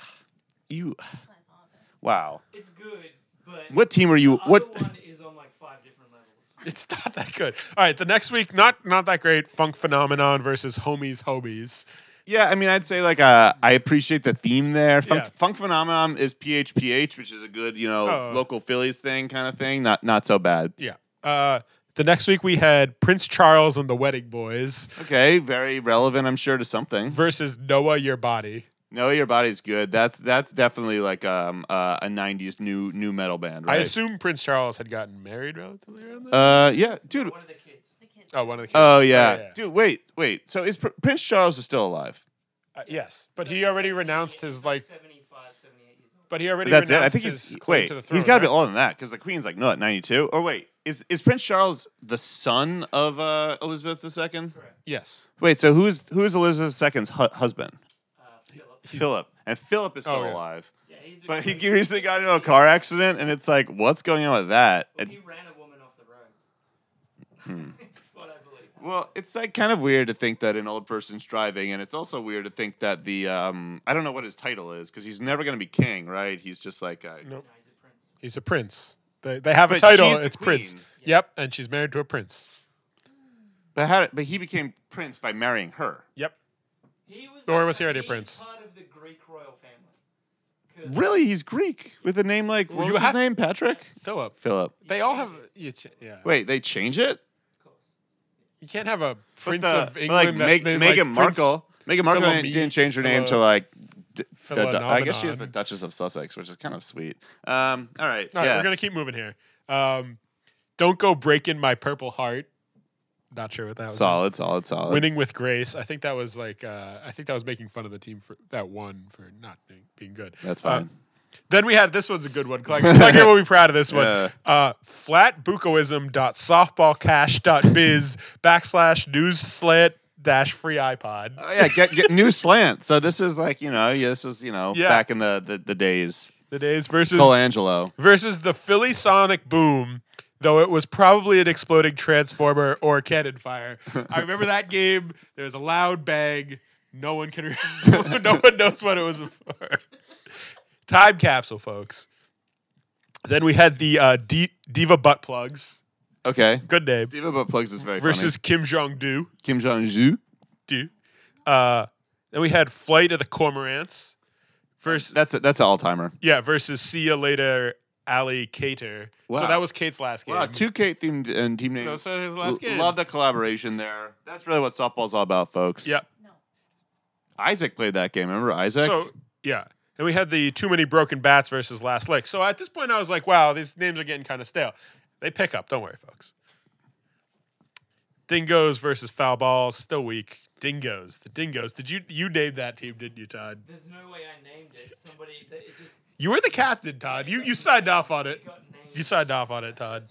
S4: you
S2: That's what I thought.
S4: wow.
S6: It's good, but
S4: What team are
S6: the
S4: you?
S6: other
S4: What?
S6: one is on like five different levels.
S5: It's not that good. All right, the next week, not not that great. Funk Phenomenon versus Homies Homies.
S4: Yeah, I mean, I'd say like uh, I appreciate the theme there. Funk,
S5: Yeah.
S4: Funk Phenomenon is PHPH, which is a good you know
S5: Oh.
S4: local Phillies thing kind of thing. Not not so bad.
S5: Yeah. Uh, the next week we had Prince Charles and the Wedding Boys
S4: Okay, very relevant, I'm sure, to something.
S5: versus Noah Your Body.
S4: No, your body's good. That's that's definitely like um uh, a '90s new new metal band, right?
S5: I assume Prince Charles had gotten married relatively around then.
S4: Uh, yeah, dude.
S6: One of the kids.
S2: The kids.
S5: oh, one of the kids.
S4: Oh yeah.
S5: yeah.
S4: dude. Wait, wait. So is Pr- Prince Charles is still alive?
S5: Uh, yes, but he already renounced his like.
S6: 75, 78 years old.
S5: But he already.
S4: That's it.
S5: renounced
S4: I think
S5: his
S4: he's
S5: claim
S4: wait.
S5: to the
S4: he's
S5: throne,
S4: got to be
S5: right?
S4: older than that because the Queen's like no, at 92. Or wait, is is Prince Charles the son of uh, Elizabeth II?
S5: Yes.
S4: Wait, so who's who's Elizabeth II's hu- husband?
S6: Uh, Philip.
S4: Philip, and Philip is still
S5: Oh, yeah.
S4: alive,
S6: Yeah, he's a
S4: but he
S6: great-
S4: recently got into a car accident, and it's like, what's going on with that?
S6: Well,
S4: And-
S6: he ran a woman off the road. That's what I believe.
S4: Well, it's like kind of weird to think that an old person's driving, and it's also weird to think that the um, I don't know what his title is because he's never going to be king, right? He's just like a,
S5: No.
S6: No, he's a prince.
S5: He's a prince. They, they have a
S4: But
S5: title.
S4: she's the
S5: It's Prince.
S4: queen.
S5: Yep, and she's married to a prince.
S4: but how? But he became prince by marrying her.
S5: Yep.
S6: He was.
S5: Or
S6: like-
S5: was he already a
S6: he's
S5: prince?
S6: Part of the Greek royal family. 'Cause-
S4: Really, he's Greek with a name like what
S5: you
S4: was his
S5: have-
S4: name? Patrick
S5: Philip.
S4: Philip.
S5: They all have. You ch- yeah.
S4: Wait, they change it?
S6: Of course.
S5: You can't have a prince
S4: the-
S5: of
S4: but,
S5: England.
S4: like,
S5: that's
S4: Meg-
S5: named, like,
S4: Meghan
S5: Prince-
S4: Markle. Meghan Markle
S5: Philomene,
S4: didn't, didn't change her name to
S5: Philo-
S4: like. d- the du- I guess she is
S5: Philonomenon.
S4: the Duchess of Sussex, which is kind of sweet. Um, all right,
S5: All right,
S4: yeah.
S5: we're gonna keep moving here. Um, don't go breaking my purple heart. Not sure what that was.
S4: solid, solid, solid.
S5: Winning with grace. I think that was like. Uh, I think that was making fun of the team for that one for not being, being good.
S4: That's
S5: Uh,
S4: fine.
S5: then we had this one's a good one. Claggett Claggett will be proud of this one.
S4: Yeah.
S5: Uh, flatbukoism.softballcash.biz backslash news slant dash free iPod.
S4: Oh yeah, get get new slant. So this is like you know, yeah, this is you know
S5: Yeah.
S4: back in the the, the days.
S5: The days versus
S4: Colangelo.
S5: versus the Philly Sonic Boom, though it was probably an exploding transformer or cannon fire. I remember that game. There was a loud bang. No one can. Re- no one knows what it was for. Time capsule, folks. Then we had the uh, D- Diva butt plugs.
S4: Okay.
S5: Good name.
S4: Diva butt plugs is very
S5: Versus Kim Jong Do.
S4: funny. Kim Jong Ju.
S5: Do. Uh, then we had Flight of the Cormorants. Versus
S4: That's a, that's an all timer.
S5: yeah. Versus See Ya Later, Ali Cater. So
S4: Wow.
S5: that was Kate's last game.
S4: Wow, two Kate themed and team names.
S5: Those are his last
S4: L-
S5: game.
S4: Love the collaboration there. That's really what softball's all about, folks.
S5: Yep.
S2: No.
S4: Isaac played that game. Remember Isaac?
S5: So yeah, and we had the too many broken bats versus last lick. So at this point, I was like, wow, these names are getting kind of stale. They pick up. Don't worry, folks. Dingoes versus foul balls, still weak. Dingoes, the dingoes. Did you you named that team, didn't you, Todd?
S6: There's no way I named it. Somebody. that- It just
S5: You were the captain, Todd. You you signed off on it.
S6: got named.
S5: You signed off on it, Todd.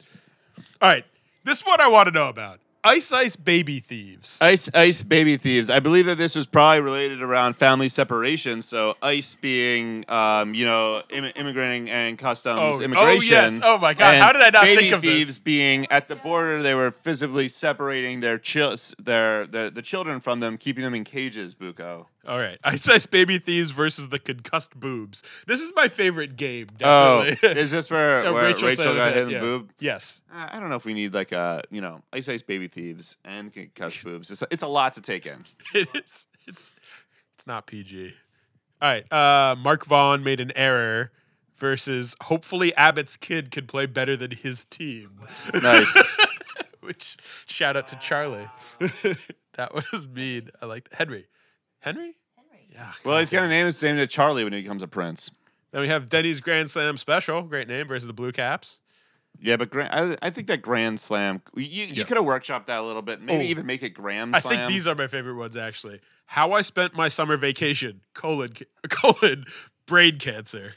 S5: All right, this one I want to know about. Ice Ice Baby Thieves.
S4: Ice, ice, baby thieves. I believe that this was probably related around family separation. So ice being, um, you know, Im- immigrating and customs
S5: Oh, oh,
S4: immigration.
S5: yes. Oh, my God.
S4: and
S5: How did I not
S4: baby
S5: think of this?
S4: thieves being at the border, they were physically separating their chil- their, their the children from them, keeping them in cages. Buko.
S5: All right, Ice Ice Baby Thieves versus the Concussed Boobs. This is my favorite game.
S4: Oh,
S5: Definitely.
S4: is this where,
S5: Yeah,
S4: where Rachel,
S5: said
S4: got
S5: that,
S4: hit in
S5: yeah.
S4: the boob?
S5: Yes.
S4: Uh, I don't know if we need like a you know ice ice baby thieves and cuss boobs. It's, it's a lot to take in.
S5: It is it's it's not PG. All right. Uh Mark Vaughn made an error versus hopefully Abbott's kid could play better than his team.
S4: Nice.
S5: Which shout out to Charlie. that was mean. I like Henry. Henry?
S2: Henry.
S5: Yeah.
S4: well, he's gonna name his name to Charlie when he becomes a prince.
S5: Then we have Denny's Grand Slam Special, great name, versus the Blue Caps.
S4: Yeah, but grand, I, I think that Grand Slam, you, you
S5: Yeah.
S4: could have workshopped that a little bit, maybe
S5: Oh.
S4: even make it Grand
S5: I
S4: Slam.
S5: think these are my favorite ones actually. How I spent my summer vacation, colon ca- colon brain cancer.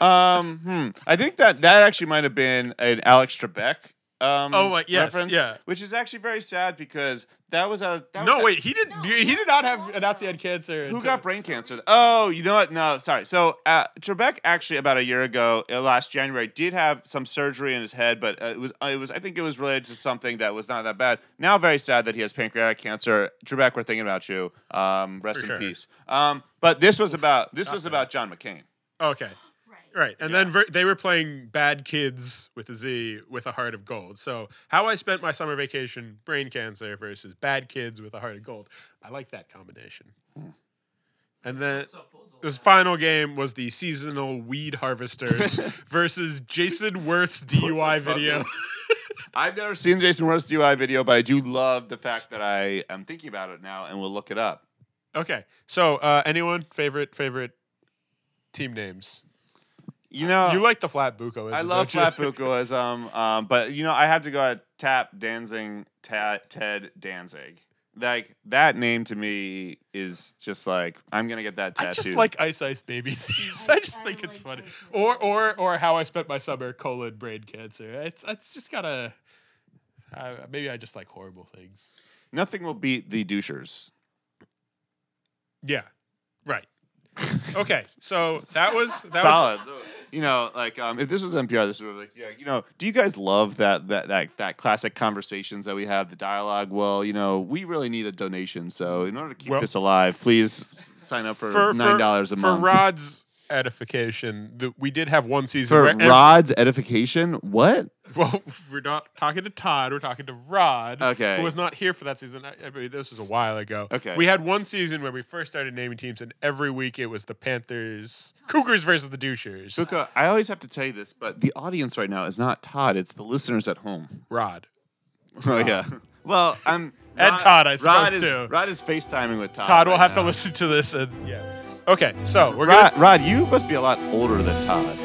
S4: Um, hmm. I think that that actually might have been an Alex Trebek. Um,
S5: Oh, like, yes,
S4: reference,
S5: yeah.
S4: Which is actually very sad because that was a that
S5: no,
S4: was a-
S5: wait, he didn't.
S2: No,
S5: he did not have
S2: no.
S5: announced he had cancer.
S4: Who
S5: until-
S4: got brain cancer? Oh, you know what? No, sorry. So uh, Trebek actually about a year ago, uh, last January, did have some surgery in his head, but uh, it was uh, it was I think it was related to something that was not that bad. Now very sad that he has pancreatic cancer. Trebek, we're thinking about you. Um, rest
S5: For
S4: in
S5: sure.
S4: peace. Um, but this was about this
S5: not
S4: was
S5: bad.
S4: about John McCain.
S5: Okay,
S2: Right.
S5: right, and then ver- they were playing "Bad Kids" with a Z with a heart of gold. So, how I spent my summer
S4: Hmm.
S5: vacation, brain cancer versus "Bad Kids" with a heart of gold. I like that combination. And then
S6: Softball's
S5: this
S6: allowed.
S5: final game was the seasonal weed harvesters versus Jason Worth's DUI video.
S4: I've never seen the Jason Worth's DUI video, but I do love the fact that I am thinking about it now and will look it up.
S5: Okay, so uh, anyone favorite favorite team names?
S4: You know,
S5: you like the flat buco?
S4: Uh, I love
S5: don't you?
S4: Flatbucoism, um, but you know, I have to go at Tap Danzig, Ta- Ted Danzig. Like that name to me is just like I'm gonna get that tattoo.
S5: I just like Ice Ice Baby Thieves. I just
S2: I
S5: think it's
S2: like
S5: funny.
S2: Ice Ice
S5: Or or
S2: Baby.
S5: or how I spent my summer: colon brain cancer. It's it's just gotta. Uh, maybe I just like horrible things.
S4: nothing will beat the douchers.
S5: Yeah, right. Okay, so that was that was
S4: Solid. you know, like um, if this was NPR, this would be like, yeah, you know, do you guys love that that that that classic conversations that we have, the dialogue? Well, you know, we really need a donation, so in order to keep
S5: Well-
S4: this alive, please sign up for, nine dollars a
S5: for
S4: month.
S5: Rod's edification, the, we did have one season.
S4: for
S5: where ev-
S4: Rod's edification, what?
S5: well, we're not talking to Todd. We're talking to Rod,
S4: Okay.
S5: who was not here for that season. I, I mean, this was a while ago.
S4: Okay.
S5: we had one season where we first started naming teams, and every week it was the Panthers, Cougars versus the Douchers.
S4: Luca, I always have to tell you this, but the audience right now is not Todd; it's the listeners at home.
S5: Rod.
S4: Oh yeah. Well, I'm
S5: And Todd, I suppose,
S4: Rod is,
S5: too.
S4: Rod is FaceTiming with Todd.
S5: Todd will
S4: right
S5: have to
S4: now.
S5: listen to this, and yeah. Okay, so we're
S4: Rod,
S5: gonna.
S4: Rod, you must be a lot older than Todd.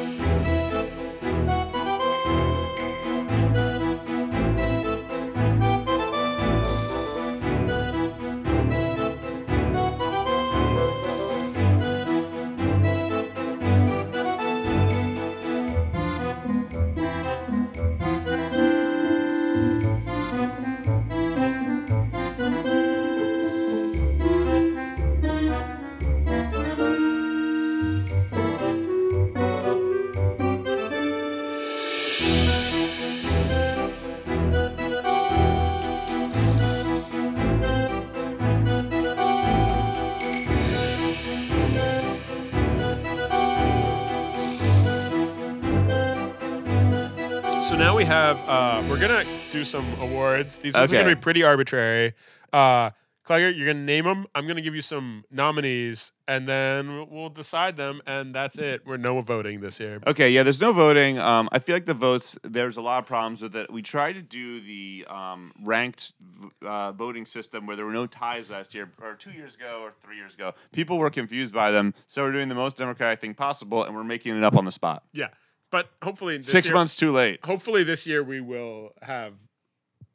S5: So now we have. Uh, we're gonna do some awards. These ones are gonna
S4: Okay.
S5: be pretty arbitrary. Uh, Clegger, you're gonna name them. I'm gonna give you some nominees, and then we'll decide them, and that's it. We're no voting this year.
S4: Okay, yeah, there's no voting. Um, I feel like the votes, there's a lot of problems with it. We tried to do the um, ranked v- uh, voting system where there were no ties last year, or two years ago, or three years ago. People were confused by them, so we're doing the most democratic thing possible, and we're making it up on the spot.
S5: Yeah, but hopefully this
S4: Six
S5: year-
S4: months too late.
S5: Hopefully this year we will have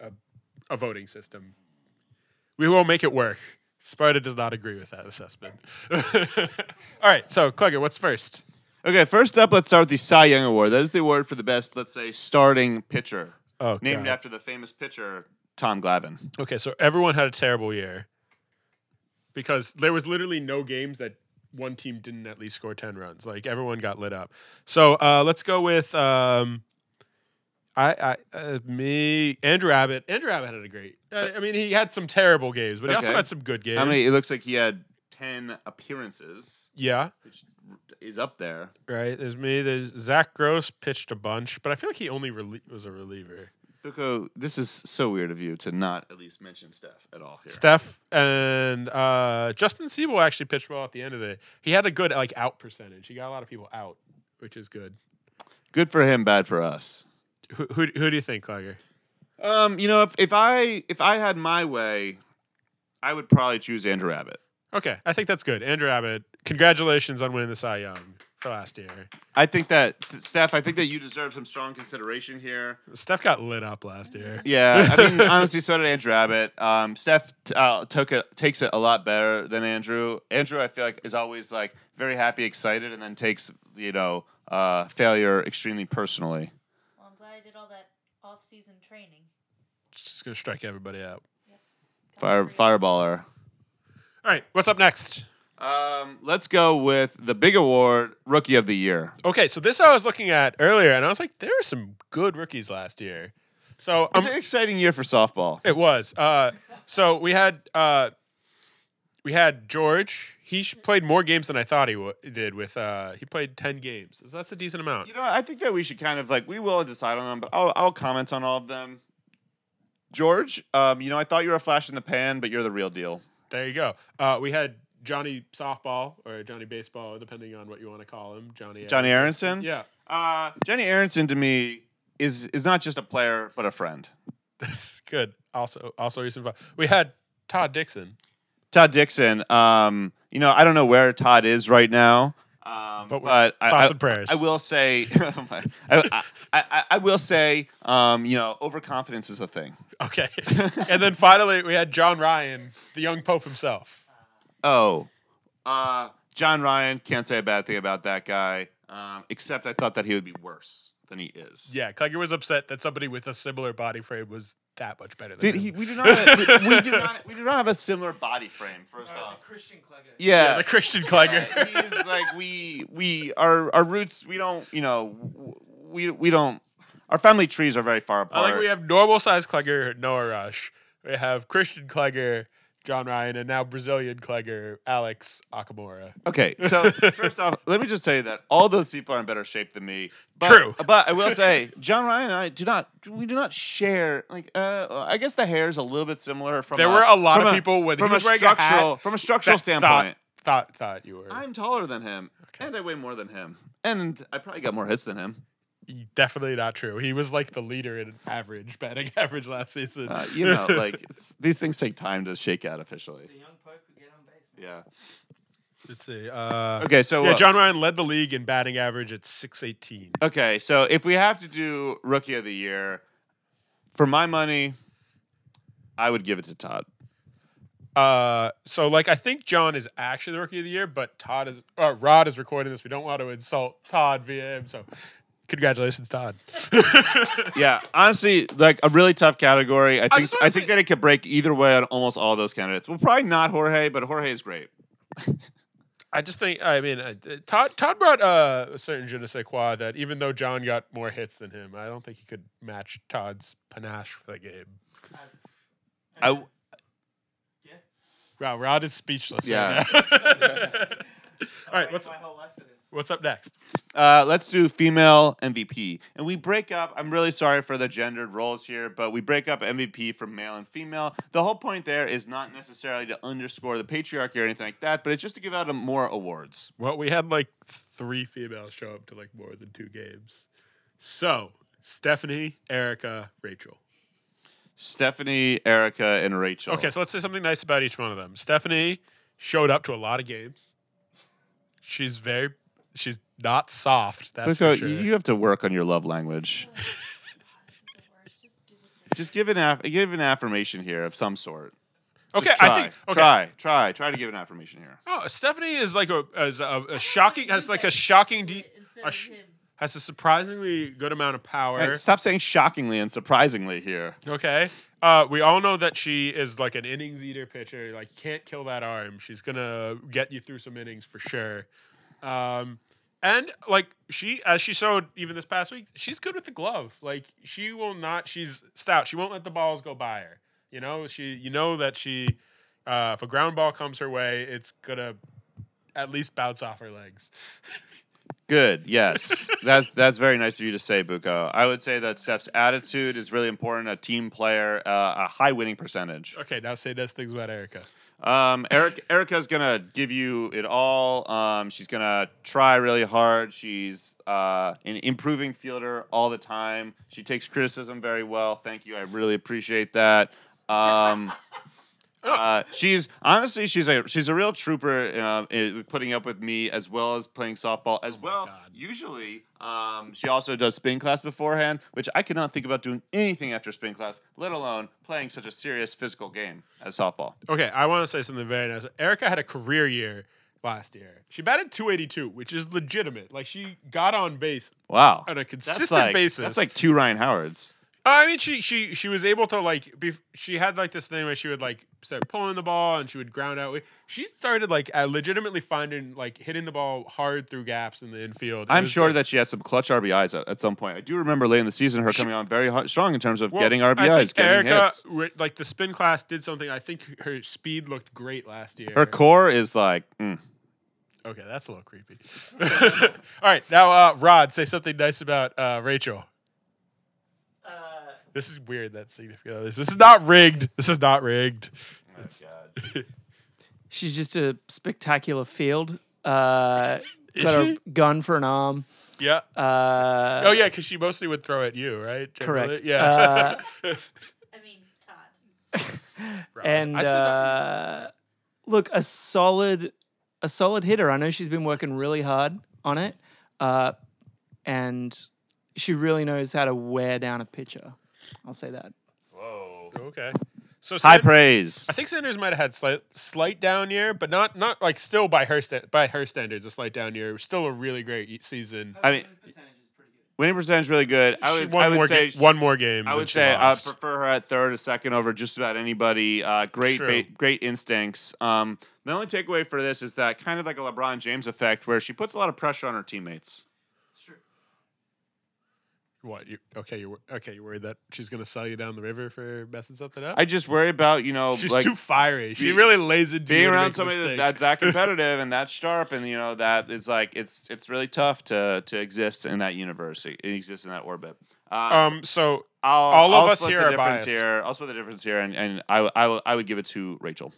S5: a, a voting system. We will make it work. Sparta does not agree with that assessment. All right, so Clegger, what's first?
S4: Okay, first up, let's start with the Cy Young Award. That is the award for the best, let's say, starting pitcher,
S5: Oh,
S4: named
S5: God.
S4: after the famous pitcher Tom Glavine.
S5: Okay, so everyone had a terrible year because there was literally no games that one team didn't at least score 10 runs. Like everyone got lit up. So uh, let's go with um, I, I uh, me Andrew Abbott. Andrew Abbott had a great. uh, I, I mean, he had some terrible games, but he also
S4: Okay.
S5: had some good games.
S4: How many? It looks like he had 10 appearances,
S5: Yeah,
S4: which is up there.
S5: right. There's me. There's Zach Gross pitched a bunch, but I feel like he only relie- was a reliever.
S4: Buko, this is so weird of you to not at least mention Steph at all here.
S5: Steph and uh, Justin Siebel actually pitched well at the end of it. He had a good like out percentage. He got a lot of people out, which is good.
S4: Good for him, bad for us.
S5: Who who, who do you think, Clagger?
S4: Um, you know, if, if I if I had my way, I would probably choose Andrew Abbott.
S5: Okay, I think that's good. Andrew Abbott, congratulations on winning the Cy Young for last year.
S4: I think that Steph, I think that you deserve some strong consideration here.
S5: Steph got lit up last year.
S4: Yeah, I mean, honestly, so did Andrew Abbott. Um, Steph uh, took it, takes it a lot better than Andrew. Andrew, I feel like, is always like very happy, excited, and then takes you know uh, failure extremely personally.
S2: Well, I'm glad I did all that off-season training.
S5: Just gonna strike everybody out.
S4: Fire fireballer.
S5: All right, what's up next?
S4: Um, let's go with the big award, Rookie of the Year.
S5: Okay, so this I was looking at earlier, and I was like, there are some good rookies last year. So
S4: It's
S5: I'm-
S4: an exciting year for softball.
S5: It was. Uh, so we had uh, we had George. He sh- played more games than I thought he w- did. With uh, he played ten games. So that's a decent amount.
S4: You know, I think that we should kind of like we will decide on them, but I'll, I'll comment on all of them. George, um, you know, I thought you were a flash in the pan, but you're the real deal.
S5: There you go. Uh, we had
S7: Johnny Softball or Johnny Baseball, depending on what you want to call him. Johnny.
S4: Johnny Aronson.
S7: Yeah.
S4: Uh, Johnny Aronson to me is is not just a player but a friend.
S5: That's good. Also, also recent. fi- We had Todd Dixon,
S4: Todd Dixon. Um, you know, I don't know where Todd is right now. Um,
S5: But
S4: but
S5: we-
S4: I, I-
S5: thoughts and prayers.
S4: I will say, I, I, I, I will say, um, you know, overconfidence is a thing.
S5: okay, and then finally we had John Ryan, the young Pope himself.
S4: Oh, uh, John Ryan can't say a bad thing about that guy. Um, except I thought that he would be worse than he is.
S5: Yeah, Clegger was upset that somebody with a similar body frame was that much better than
S4: Dude,
S5: him.
S4: he, we do not. we, we do not. We do not have a similar body frame. First
S6: Or
S4: off.
S6: the Uh, Christian Klega.
S4: Yeah.
S5: the Christian Clegger.
S4: Uh, he's like we we our our roots. We don't. You know. w- We we don't. Our family trees are very far
S5: I
S4: apart.
S5: like we have normal size Clegger, Noah Rush. We have Christian Clegger, John Ryan, and now Brazilian Clegger, Alex Akamora.
S4: Okay, so first off, let me just say that all those people are in better shape than me. But,
S5: True.
S4: but I will say, John Ryan and I do not we do not share like uh, I guess the hair is a little bit similar. From
S5: There were a lot
S4: from
S5: of people when he
S4: from
S5: was
S4: a
S5: wearing a hat
S4: structural from a structural
S5: That
S4: standpoint.
S5: Thought, thought thought you were.
S4: I'm taller than him, and I weigh more than him, and I probably got more hits than him.
S5: Definitely not true. He was like the leader in average batting average last season.
S4: Uh, you know, like it's, these things take time to shake out officially.
S6: The young pope could get on base. man.
S4: Yeah.
S5: Let's see. Uh,
S4: Okay, so
S5: yeah,
S4: uh,
S5: John Ryan led the league in batting average at six eighteen.
S4: Okay, so if we have to do rookie of the year, for my money, I would give it to Todd.
S5: Uh, so like I think John is actually the rookie of the year, but Todd is uh, Rod is recording this. We don't want to insult Todd via him. So congratulations, Todd.
S4: Yeah, honestly, like a really tough category. I think
S5: just wanna
S4: I, think
S5: say-
S4: that it could break either way on almost all those candidates. Well, probably not Jorge, but Jorge is great.
S5: I just think I mean uh, Todd Todd brought uh, a certain je ne sais quoi that even though John got more hits than him, I don't think he could match Todd's panache for the game.
S6: Uh,
S4: I w-
S5: Wow, Rod is speechless.
S4: Yeah.
S5: Right now. All right,
S6: Waited
S5: what's
S6: my whole life for this?
S5: what's up next?
S4: uh, let's do female MVP, and we break up. I'm really sorry for the gendered roles here, but we break up MVP from male and female. The whole point there is not necessarily to underscore the patriarchy or anything like that, but it's just to give out a, more awards.
S5: Well, we had like three females show up to like more than two games. So Stephanie, Erica, Rachel.
S4: Stephanie, Erica, and Rachel.
S5: Okay, so let's say something nice about each one of them. Stephanie showed up to a lot of games. She's very, she's not soft. That's
S4: Prisco,
S5: for sure.
S4: you have to work on your love language.
S2: This is the worst. Just give it to
S4: Just give an aff- give an affirmation here of some sort.
S5: okay,
S4: Just try,
S5: I think. Okay.
S4: try, try, try to give an affirmation here.
S5: Oh, Stephanie is like a is a, a
S2: I
S5: shocking
S2: wanna
S5: has
S2: do
S5: like a
S2: that.
S5: shocking de-
S2: it
S5: a
S2: instead
S5: sh-
S2: of him.
S5: has a surprisingly good amount of power.
S4: Hey, stop saying shockingly and surprisingly here.
S5: Okay. Uh, we all know that she is like an innings eater pitcher. Like, you can't kill that arm. She's gonna get you through some innings for sure. Um, and like she, as she showed even this past week, she's good with the glove. Like, she will not. She's stout. She won't let the balls go by her. You know, she. You know that she. Uh, if a ground ball comes her way, it's gonna at least bounce off her legs.
S4: Good. Yes, that's that's very nice of you to say, Buko. I would say that Steph's attitude is really important. A team player, uh, a high winning percentage.
S5: Okay, now say nice things about Erica.
S4: Um, Eric, Erica's gonna give you it all. Um, she's gonna try really hard. She's uh, an improving fielder all the time. She takes criticism very well. Thank you. I really appreciate that. Um, uh, she's honestly she's a she's a real trooper um, i- putting up with me as well as playing softball as well.
S5: God.
S4: Usually, um, she also does spin class beforehand, which I could not think about doing anything after spin class, let alone playing such a serious physical game as softball.
S5: Okay, I want to say something very nice. Erica had a career year last year. She batted 282, which is legitimate. Like she got on base.
S4: Wow.
S5: On a
S4: That's
S5: consistent
S4: like-
S5: basis.
S4: That's like two Ryan Howards.
S5: Uh, I mean, she she she was able to like. Be, she had like this thing where she would like start pulling the ball and she would ground out. She started like uh, legitimately finding like hitting the ball hard through gaps in the infield. It
S4: I'm
S5: was,
S4: sure
S5: like-
S4: that she had some clutch RBIs at, at some point. I do remember late in the season her coming on very hot, strong in terms of
S5: Well,
S4: getting
S5: I
S4: RBIs,
S5: think
S4: getting
S5: Erica,
S4: hits.
S5: wi- like the spin class, did something. I think her speed looked great last year.
S4: Her core is like, mm.
S5: okay, that's a little creepy. All right, now uh, Rod, say something nice about uh, Rachel.
S6: Uh,
S5: This is weird. That's significant. others. This is not rigged. This is not rigged. It's-
S8: She's just a spectacular field. Uh, got a gun for an arm.
S5: Yeah.
S8: Uh,
S5: oh yeah, because she mostly would throw at you, right? Generally?
S8: Correct. Uh,
S5: Yeah.
S2: I mean, Todd.
S5: Right.
S8: and
S5: I said,
S8: uh, look a solid a solid hitter i know she's been working really hard on it uh, and she really knows how to wear down a pitcher i'll say that
S5: Oh, okay. So
S4: High
S5: Sand-
S4: praise.
S5: I think Sanders might have had slight slight down year, but not not like still by her sta- by her standards a slight down year. Still a really great e- season.
S4: I mean,
S6: Winning percentage is pretty good.
S4: winning percentage really good. I
S5: She
S4: would,
S5: won
S4: I would
S5: more
S4: say
S5: ga- one more game.
S4: I
S5: than
S4: would
S5: she
S4: say uh, I
S5: lost.
S4: prefer her at third or second over just about anybody. Uh, great,
S5: True.
S4: ba- great instincts. Um, the only takeaway for this is that kind of like a LeBron James effect, where she puts a lot of pressure on her teammates.
S6: It's true.
S5: what? You, okay, you're wor- okay. You're worried that she's gonna sell you down the river for messing something up.
S4: I just worry about you know
S5: she's
S4: like
S5: too fiery. She
S4: be-
S5: really lays into
S4: being
S5: you to
S4: around
S5: make a
S4: somebody that,
S5: mistake.
S4: that's that competitive and that sharp, and you know that is like it's it's really tough to to exist in that universe, e- exist in that orbit. Uh,
S5: um. So
S4: I'll,
S5: all of
S4: I'll
S5: us
S4: split
S5: here
S4: the
S5: are
S4: difference
S5: biased.
S4: here. I'll split the difference here, and and I w- I, w- I would give it to Rachel.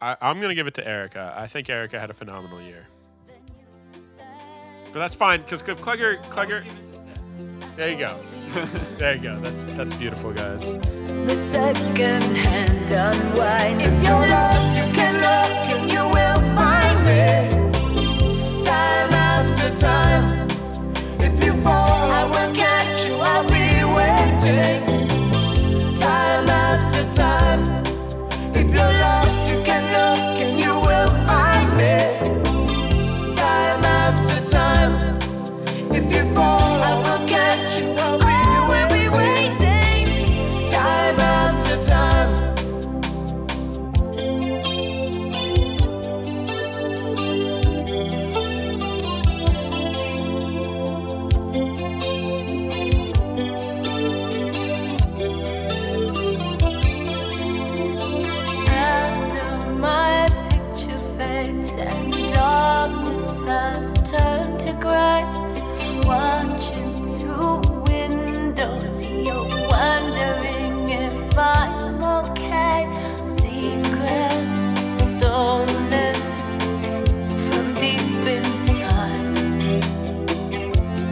S5: I, I'm gonna give it to Erica. I think Erica had a phenomenal year. But that's fine because Klegger, Klegger,
S6: Give it to Steph.
S5: there you go, there you go. That's that's beautiful, guys.
S9: The second hand unwind. If you're lost, you can look and you will find me. Time after time. If you fall, I will catch you. I'll be waiting. Time after time. If you're lost, you can look and you will find me. Time after time. If you fall, I will catch you. I'll be waiting. Time after time. After my picture fades and darkness has turned to grey, watching through windows, you're wondering if I'm okay. Secrets stolen from deep inside.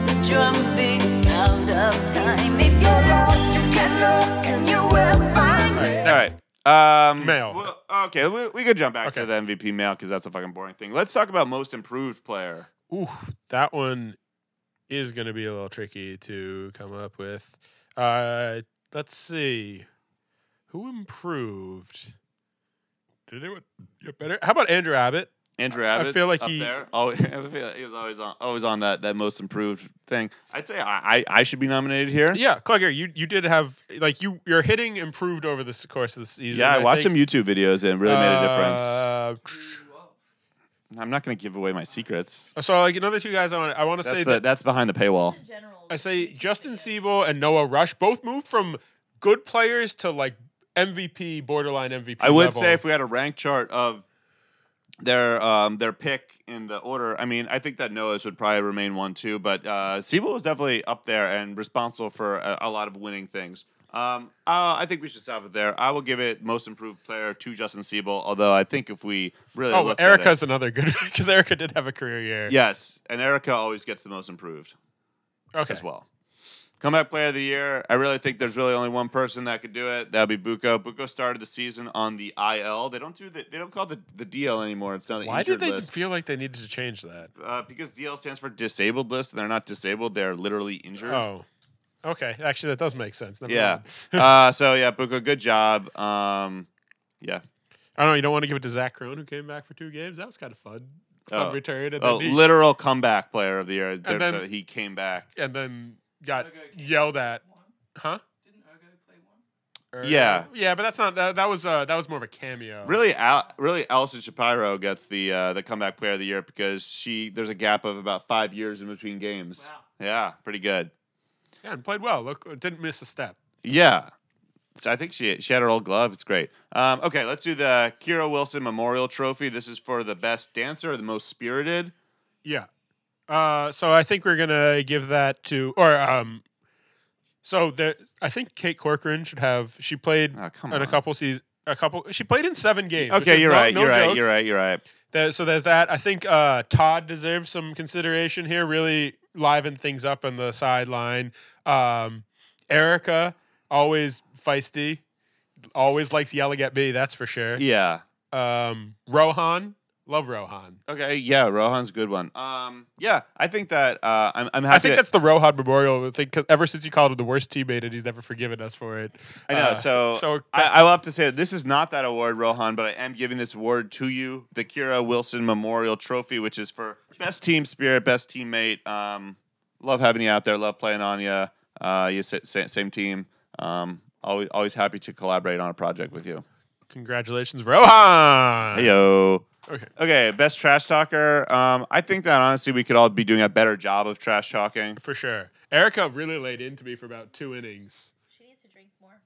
S9: The drum beats out of time. If you're lost, you can look and you will find me.
S4: All right. Um,
S5: Mail.
S4: well, okay, we, we could jump back to
S5: Okay.
S4: the MVP mail because that's a fucking boring thing. Let's talk about most improved player.
S5: Ooh, that one is going to be a little tricky to come up with. Uh, let's see. Who improved? Did anyone get better? How about Andrew Abbott?
S4: Andrew
S5: I
S4: Abbott.
S5: feel like
S4: up
S5: he-
S4: there. Oh, I feel like he was always on, always on that, that most improved thing. I'd say I, I, I should be nominated here.
S5: Yeah, Clugger, you you did have like you your hitting improved over the s- course of the season.
S4: Yeah, I watched some
S5: think.
S4: YouTube videos and it really made a difference.
S5: Uh,
S4: I'm not going to give away my secrets.
S5: so like another two guys I want I want to
S4: That's,
S5: say
S4: the,
S5: that
S4: that's behind the paywall.
S2: The general.
S5: I say Justin Siebel and Noah Rush both moved from good players to like MVP, borderline MVP.
S4: I would
S5: level.
S4: say if we had a rank chart of their um, their pick in the order, I mean, I think that Noah's would probably remain one too, but uh, Siebel was definitely up there and responsible for a, a lot of winning things. Um, uh, I think we should stop it there. I will give it most improved player to Justin Siebel, although I think if we really
S5: Oh,
S4: looked at it-
S5: Erica's another good because Erica did have a career year.
S4: yes, and Erica always gets the most improved
S5: okay.
S4: as well. Comeback player of the year. I really think there's really only one person that could do it. That'd be Buko. Buko started the season on the IL. They don't do the, they don't call it the, the DL anymore. It's now the
S5: Why
S4: injured
S5: did they
S4: list.
S5: feel like they needed to change that?
S4: uh, because DL stands for disabled list, and they're not disabled. They're literally injured.
S5: Oh, okay. Actually, that does make sense. Never
S4: Yeah.
S5: mind.
S4: uh, so yeah, Buko, good job. Um, yeah.
S5: I don't know. You don't want to give it to Zach Crone, who came back for two games. That was kind of fun. Fun
S4: Oh.
S5: return. And
S4: Oh,
S5: then he,
S4: literal comeback player of the year. There's
S5: then-
S4: a- he came back.
S5: and then got
S6: Ergo came
S5: yelled at.
S6: One?
S5: Huh?
S6: Didn't Ergo play one?
S5: Or-
S4: Yeah.
S5: Yeah, but that's not that, that was uh that was more of a cameo.
S4: Really, Al- really, Alison Shapiro gets the uh, the comeback player of the year because she there's a gap of about five years in between games.
S6: Wow.
S4: Yeah, pretty good.
S5: Yeah, and played well. Look, didn't miss a step.
S4: Yeah, so I think she she had her old glove. It's great. Um, okay, let's do the Kira Wilson Memorial Trophy. This is for the best dancer, the most spirited.
S5: Yeah. Uh, so I think we're gonna give that to or um. So there, I think Kate Corcoran should have. She played
S4: Oh, come
S5: in a
S4: on.
S5: couple seasons. a couple. She played in seven games. which
S4: Okay,
S5: is
S4: you're
S5: no-
S4: right.
S5: no
S4: you're right.
S5: joke.
S4: You're right. You're right.
S5: There- so there's that. I think uh, Todd deserves some consideration here. Really livened things up on the sideline. Um, Erica always feisty, always likes yelling at me. That's for sure.
S4: Yeah.
S5: Um, Rohan, love Rohan.
S4: Okay. Yeah. Rohan's a good one. Um. Yeah. I think that. Uh. I'm. I'm happy.
S5: I think
S4: that-
S5: that's the Rohan memorial. I think 'cause ever since you called him the worst teammate, and he's never forgiven us for it.
S4: I know.
S5: Uh,
S4: so
S5: so
S4: I, I will have to say that this is not that award, Rohan, but I am giving this award to you, the Kira Wilson Memorial Trophy, which is for best team spirit, best teammate. Um, love having you out there. Love playing on you. Uh, you sa- sa- same team. Um, always always happy to collaborate on a project with you.
S5: congratulations, Rohan.
S4: Heyo.
S5: Okay.
S4: Okay. Best trash talker. Um, I think that honestly we could all be doing a better job of trash talking.
S5: for sure. Erica really laid into me for about two innings.
S2: She needs to drink more.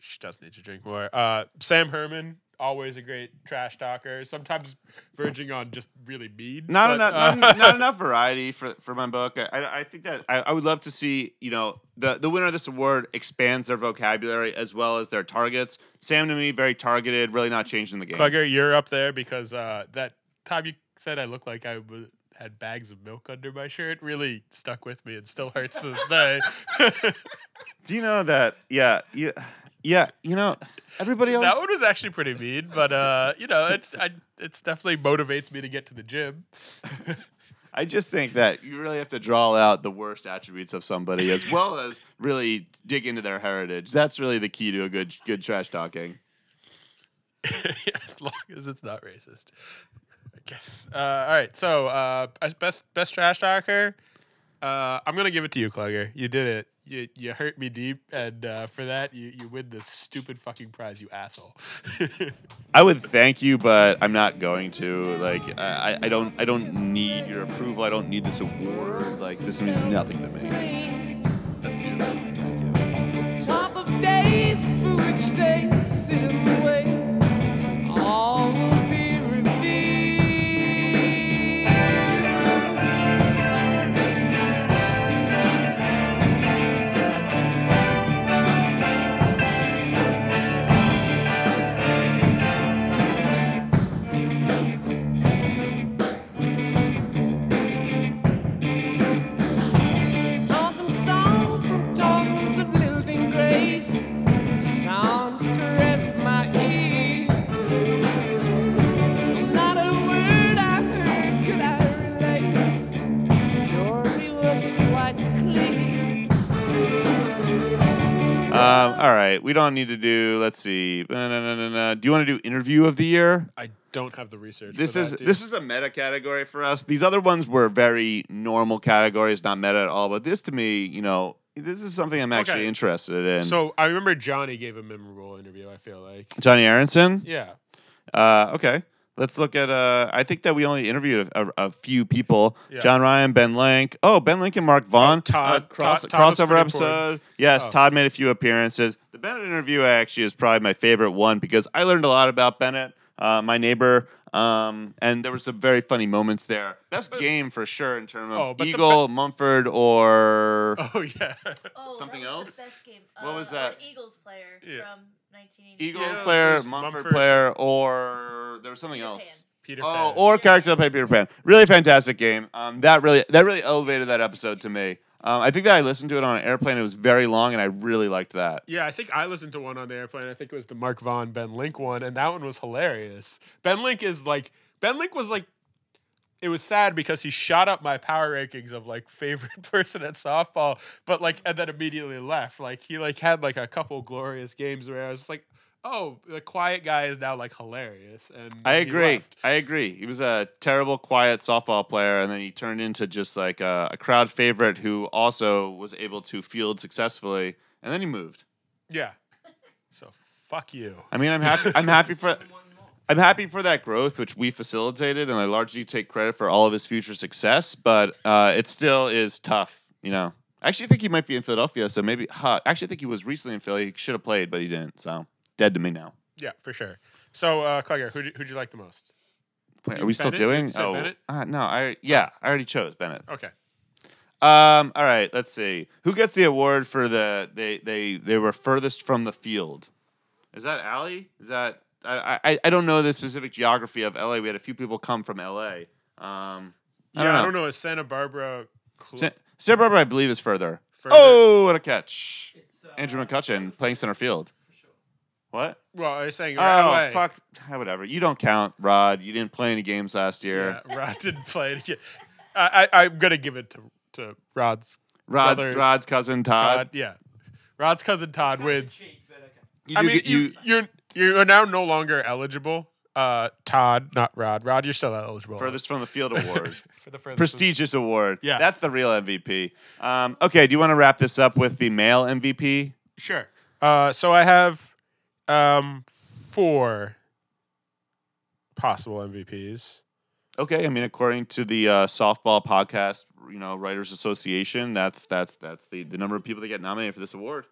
S5: she does need to drink more. Uh, Sam Herman, always a great trash talker, sometimes verging on just really mean.
S4: not
S5: but,
S4: enough,
S5: uh,
S4: not, not enough variety for, for my book. I- I, I think that I, I would love to see you know the the winner of this award expands their vocabulary as well as their targets. Sam to me very targeted, really not changing the game.
S5: Clugger, you're up there because uh, that time you said I looked like I w- had bags of milk under my shirt really stuck with me and still hurts to this day. that
S4: Do you know that? Yeah, yeah, yeah. You know, everybody else.
S5: one was actually pretty mean, but uh, you know, it's I, it's definitely motivates me to get to the gym.
S4: I just think that you really have to draw out the worst attributes of somebody as well as really dig into their heritage. That's really the key to a good good trash talking.
S5: as long as it's not racist. I guess. Uh, all right. So uh, as best best trash talker. Uh, I'm gonna give it to you, Clugger. You did it. You you hurt me deep, and uh, for that you, you win this stupid fucking prize, you asshole.
S4: I would thank you, but I'm not going to. Like, I, I- I don't, I don't need your approval. I don't need this award. Like, this means nothing to me. That's beautiful. Thank you.
S9: Top of days for which they sit and wait. All will be revealed. Talking song from tongues of living grace. Sounds caress my ear. Not a word I heard could I relate. Story was quite clear.
S4: Um, all right, we don't need to do. Let's see. Uh, no, no, no, no. Do you want to do interview of the year?
S5: I don't have the research.
S4: This
S5: for
S4: is
S5: that, dude.
S4: this is a meta category for us. These other ones were very normal categories, not meta at all. But this, to me, you know, this is something I'm actually
S5: Okay.
S4: interested in.
S5: So I remember Johnny gave a memorable interview. I feel like.
S4: Johnny Aronson.
S5: Yeah.
S4: Uh, okay. Let's look at. Uh, I think that we only interviewed a, a, a few people:
S5: Yeah.
S4: John Ryan, Ben Lank. Oh, Ben Link and Mark Vaughn.
S5: Todd-
S4: Uh, cross,
S5: Todd- Todd was
S4: crossover
S5: pretty
S4: episode. Yes,
S5: Oh.
S4: Todd made a few appearances. The Bennett interview actually is probably my favorite one because I learned a lot about Bennett, uh, my neighbor, um, and there were some very funny moments there. Best game for sure in terms of
S5: Oh, but the
S4: Eagle, Mumford, or
S5: Oh yeah.
S2: Oh,
S4: Something
S2: that was
S4: else?
S2: The best game.
S4: What
S2: Uh,
S4: was
S2: or
S4: that?
S2: Eagles player
S5: Yeah.
S2: from 1980.
S4: Eagles
S5: Yeah,
S4: player,
S5: there's
S4: Mumford,
S5: Mumford.
S4: player, or there was something else.
S2: Pan.
S5: Peter.
S4: Oh,
S5: Pan.
S4: or character that played Peter Pan. Really fantastic game. Um, that really that really elevated that episode to me. Um, I think that I listened to it on an airplane. It was very long, and I really liked that.
S5: Yeah, I think I listened to one on the airplane. I think it was the Mark Vaughn Ben Link one, and that one was hilarious. Ben Link is like Ben Link was like it was sad because he shot up my power rankings of like favorite person at softball, but like and then immediately left. Like he like had like a couple glorious games where I was just like, oh, the quiet guy is now like hilarious. And
S4: I
S5: then he
S4: agree.
S5: left.
S4: I agree. He was a terrible, quiet softball player, and then he turned into just like a, a crowd favorite who also was able to field successfully. And then he moved.
S5: Yeah. So fuck you.
S4: I mean, I'm happy. I'm happy for. I'm happy for that growth, which we facilitated, and I largely take credit for all of his future success. But uh, it still is tough, you know. I actually think he might be in Philadelphia, so maybe. Huh, I actually think he was recently in Philly. He should have played, but he didn't. So dead to me now.
S5: Yeah, for sure. So uh Clugger, who who'd you like the most?
S4: Wait, are we still
S5: Bennett?
S4: doing?
S5: You said Bennett?
S4: uh, no, I yeah, I already chose Bennett.
S5: Okay.
S4: Um, all right, let's see who gets the award for the they they they were furthest from the field. Is that Alley? Is that I, I I don't know the specific geography of LA. We had a few people come from LA. Um, I
S5: Yeah,
S4: don't know.
S5: Is Santa Barbara? Cl-
S4: Sa- Santa Barbara, I believe, is further.
S5: Further.
S4: Oh, what a catch!
S6: It's, uh,
S4: Andrew McCutcheon playing center field. What?
S5: well, are you saying
S4: oh,
S5: LA?
S4: fuck. Ah, Whatever. You don't count, Rod. You didn't play any games last year.
S5: Yeah, Rod didn't play it again. I, I, I'm gonna give it to to Rod's
S4: Rod's
S5: Brother-
S4: Rod's cousin Todd.
S5: Todd. Yeah, Rod's cousin Todd wins.
S6: Cheap, but okay.
S4: You
S5: I
S4: do
S5: mean,
S4: get-
S5: you you you are now no longer eligible. Uh, Todd, not Rod. Rod, you're still eligible.
S4: furthest from the field award.
S5: for the furthest
S4: prestigious award.
S5: Yeah.
S4: that's the real MVP. Um, okay, do you want to wrap this up with the male MVP?
S5: Sure. Uh, so I have um, four possible MVPs.
S4: Okay, I mean, according to the uh, softball podcast, you know, Writers Association, that's that's that's the the number of people that get nominated for this award.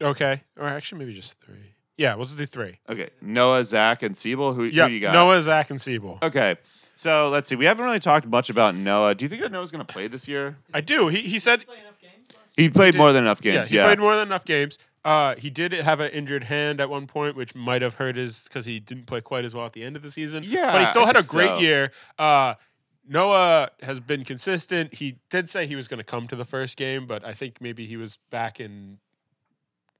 S5: Okay, or actually maybe just three. Yeah, we'll just do three.
S4: Okay, Noah, Zach, and Siebel. Who,
S5: Yeah,
S4: who you got?
S5: Noah, Zach, and Siebel.
S4: Okay, so let's see. We haven't really talked much about Noah. Do you think that Noah's going to play this year?
S5: I do. He he said
S6: Play enough games last
S4: He played more than enough games.
S5: he
S4: Yeah,
S5: played more than enough games. Uh, he did have an injured hand at one point, which might have hurt his because he didn't play quite as well at the end of the season.
S4: Yeah,
S5: but he still
S4: I
S5: had a
S4: think
S5: great
S4: so.
S5: year. Uh, Noah has been consistent. He did say he was going to come to the first game, but I think maybe he was back in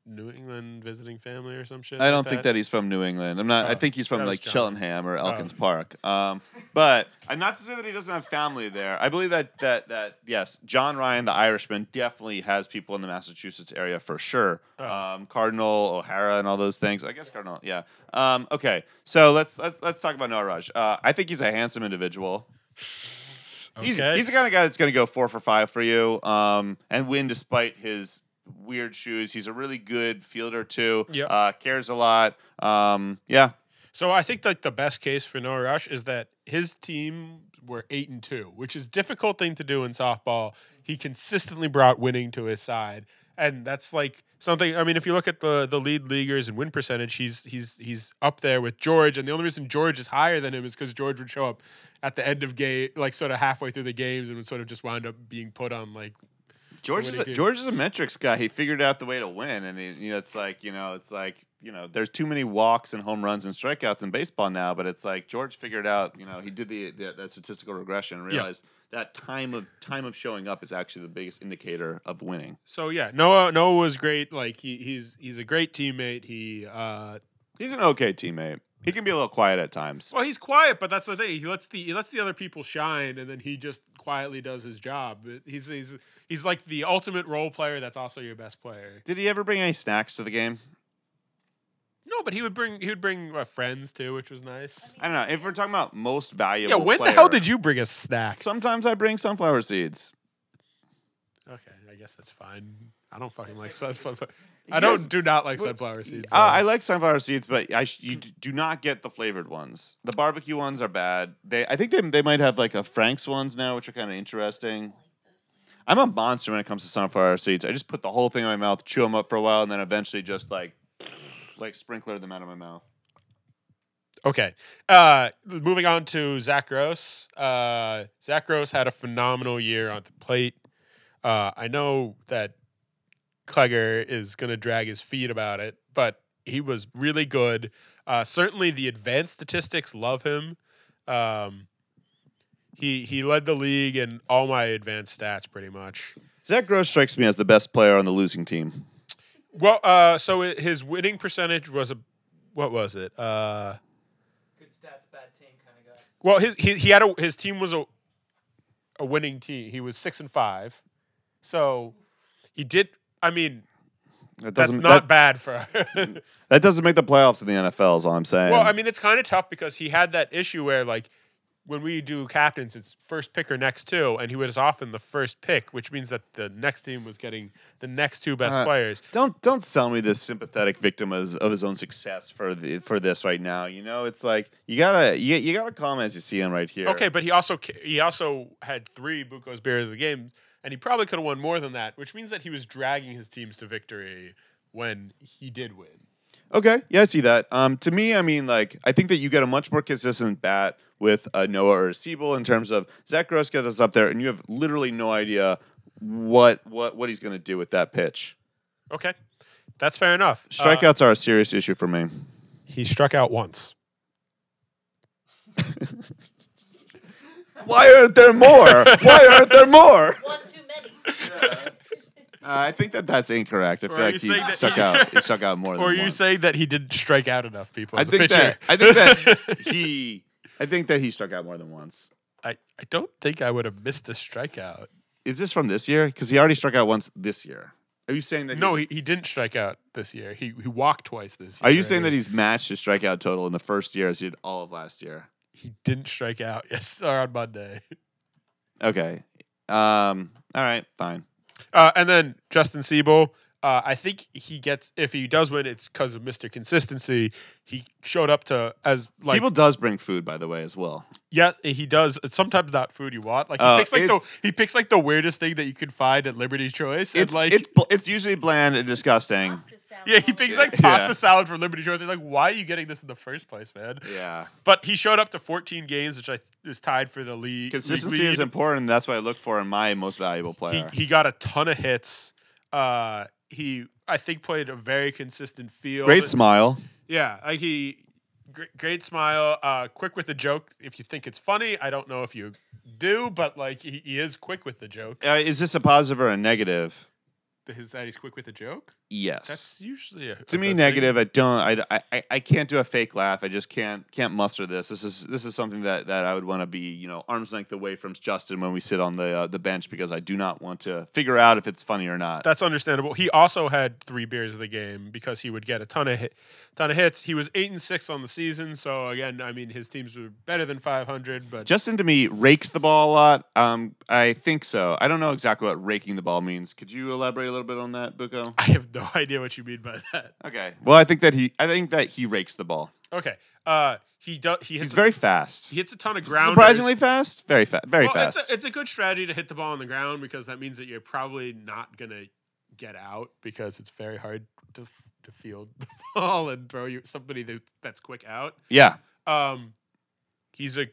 S5: New England visiting family or some shit.
S4: I
S5: like
S4: don't think that he's from New England. I'm not. I
S5: Oh,
S4: think he's
S5: that
S4: from
S5: was
S4: like
S5: John. Oh.
S4: Cheltenham or Elkins Park. Um, but I'm not to say that he doesn't have family there. I believe that that that yes, John Ryan, the Irishman, definitely has people in the Massachusetts area for sure.
S5: Oh.
S4: Um, Cardinal O'Hara and all those things. I guess Cardinal. Yeah. Um, okay. So let's let's let's talk about Noah Raj. Uh, I think he's a handsome individual. He's,
S5: Okay.
S4: he's the kind of guy that's going to go four for five for you um, and win despite his weird shoes. He's a really good fielder, too.
S5: Yep.
S4: Uh, cares a lot. Um, yeah.
S5: So I think like the best case for Noah Rush is that his team were eight and two, which is a difficult thing to do in softball. He consistently brought winning to his side. And that's like something I mean, if you look at the the lead leaguers and win percentage, he's he's he's up there with George. And the only reason George is higher than him is because George would show up at the end of game like sort of halfway through the games and would sort of just wound up being put on like
S4: George
S5: What
S4: is,
S5: did
S4: a,
S5: he do?
S4: George is a metrics guy. He figured out the way to win. And he, you know, it's like, you know, it's like, you know, there's too many walks and home runs and strikeouts in baseball now, but it's like George figured out, you know, he did the, the that statistical regression and realized that time of time of showing up is actually the biggest indicator of winning.
S5: so yeah, Noah Noah was great. Like he he's he's a great teammate. He uh
S4: He's an okay teammate. He can be a little quiet at times.
S5: Well, he's quiet, but that's the thing. He lets the he lets the other people shine, and then he just quietly does his job. He's he's he's like the ultimate role player. That's also your best player.
S4: Did he ever bring any snacks to the game?
S5: No, but he would bring he would bring uh, friends too, which was nice.
S4: I don't know. If we're talking about most valuable,
S5: Yeah, when
S4: player,
S5: the hell did you bring a snack?
S4: Sometimes I bring sunflower seeds.
S5: okay, I guess that's fine. I don't fucking like sunflower.
S4: You
S5: I don't
S4: guys-
S5: do not like sunflower seeds.
S4: Uh, I
S5: so-
S4: like sunflower seeds, but I sh- you d- do not get the flavored ones. The barbecue ones are bad. They, I think they, they might have like a Frank's ones now, which are kind of interesting. I'm a monster when it comes to sunflower seeds. I just put the whole thing in my mouth, chew them up for a while, and then eventually just like like sprinkler them out of my mouth.
S5: Okay. Uh, moving on to Zach Gross. Uh, Zach Gross had a phenomenal year on the plate. Uh, I know that Klegger is going to drag his feet about it, but he was really good. Uh, certainly, the advanced statistics love him. Um, he he led the league in all my advanced stats pretty much.
S4: Zach Gross strikes me as the best player on the losing team.
S5: Well, uh, so i- his winning percentage was a what was it? Uh,
S6: year. Good stats, bad team kind of guy.
S5: Well, his he, he had a his team was a a winning team. He was six and five, so he did. I mean,
S4: That
S5: that's
S4: doesn't that,
S5: not bad for.
S4: that doesn't make the playoffs in the NFL. Is all I'm saying.
S5: well, I mean, it's kind of tough because he had that issue where like. When we do captains, it's first pick or next two, and he was often the first pick, which means that the next team was getting the next two best
S4: Uh,
S5: players.
S4: Don't don't sell me this sympathetic victim as, of his own success for the for this right now. You know, it's like you gotta you, you gotta calm as you see him right here.
S5: Okay, but he also ca- he also had three Bucco's beers of the game, and he probably could have won more than that, which means that he was dragging his teams to victory when he did win.
S4: okay, yeah, I see that. Um, to me, I mean, like I think that you get a much more consistent bat with uh, Noah or a Siebel in terms of Zach Gross gets us up there, and you have literally no idea what what what he's gonna do with that pitch.
S5: Okay. That's fair enough. Uh,
S4: Strikeouts are a serious issue for me.
S5: he struck out once.
S4: Why aren't there more? Why aren't there more?
S2: One too many.
S4: Uh, I think that that's incorrect. I feel
S5: are
S4: like
S5: you
S4: he
S5: saying that-
S4: stuck out. He stuck out more.
S5: Or
S4: than
S5: you
S4: once.
S5: say that he didn't strike out enough people
S4: I
S5: as a
S4: think
S5: pitcher.
S4: that I think that he I think that he struck out more than once.
S5: I, I don't think I would have missed a strikeout.
S4: Is this from this year? Because he already struck out once this year. Are you saying that?
S5: No,
S4: He's,
S5: he, he didn't strike out this year. He he walked twice this year.
S4: are you saying
S5: and
S4: that he's matched his strikeout total in the first year as he did all of last year?
S5: he didn't strike out yes or on Monday?
S4: Okay. Um. All right. Fine.
S5: Uh, and then Justin Siebel. Uh, I think he gets if he does win, it's because of Mr. Consistency. He showed up to as like
S4: Siebel does bring food, by the way, as well.
S5: yeah he does. It's sometimes not food you want. Like he
S4: Uh,
S5: picks like the
S4: it's-
S5: he picks like the weirdest thing that you could find at Liberty Choice. And
S4: It's
S5: like
S4: it's, bl- it's usually bland and disgusting.
S2: Pasta salad.
S5: yeah, he picks like
S4: Yeah.
S5: pasta
S4: Yeah.
S5: salad from Liberty Choice. You're like, why are you getting this in the first place, man?
S4: Yeah.
S5: But he showed up to 14 games, which I th- is tied for the league. league
S4: Consistency is
S5: lead.
S4: important. That's what I look for in my most valuable player.
S5: He, he got a ton of hits. Uh, he I think played a very consistent field.
S4: Great smile.
S5: Yeah, like he gr- great smile, uh, quick with the joke. If you think it's funny, I don't know if you do, but like he, he is quick with the joke.
S4: Uh, is this a positive or a negative?
S5: His that he's quick with the joke.
S4: Yes.
S5: That's usually a,
S4: to
S5: a
S4: me
S5: good
S4: negative i don't I- I, I i can't do a fake laugh i just can't can't muster this this is this is something that that i would want to be you know arm's length away from justin when we sit on the uh, the bench because i do not want to figure out if it's funny or not
S5: That's understandable. He also had three beers of the game because he would get a ton of hit, ton of hits. He was eight and six on the season, so again, I mean, his teams were better than five hundred. But
S4: justin to me rakes the ball a lot um i think so i don't know exactly what raking the ball means could you elaborate a little bit on that buko
S5: I have no idea what you mean by that.
S4: okay well i think that he i think that he rakes the ball
S5: Okay, uh, he does. He hits.
S4: he's
S5: a-
S4: very fast
S5: he hits a ton of ground.
S4: surprisingly fast very fast very fast
S5: It's a, it's a good strategy to hit the ball on the ground because that means that you're probably not gonna get out because it's very hard to f- to field the ball and throw you somebody that, that's quick out.
S4: yeah
S5: um he's a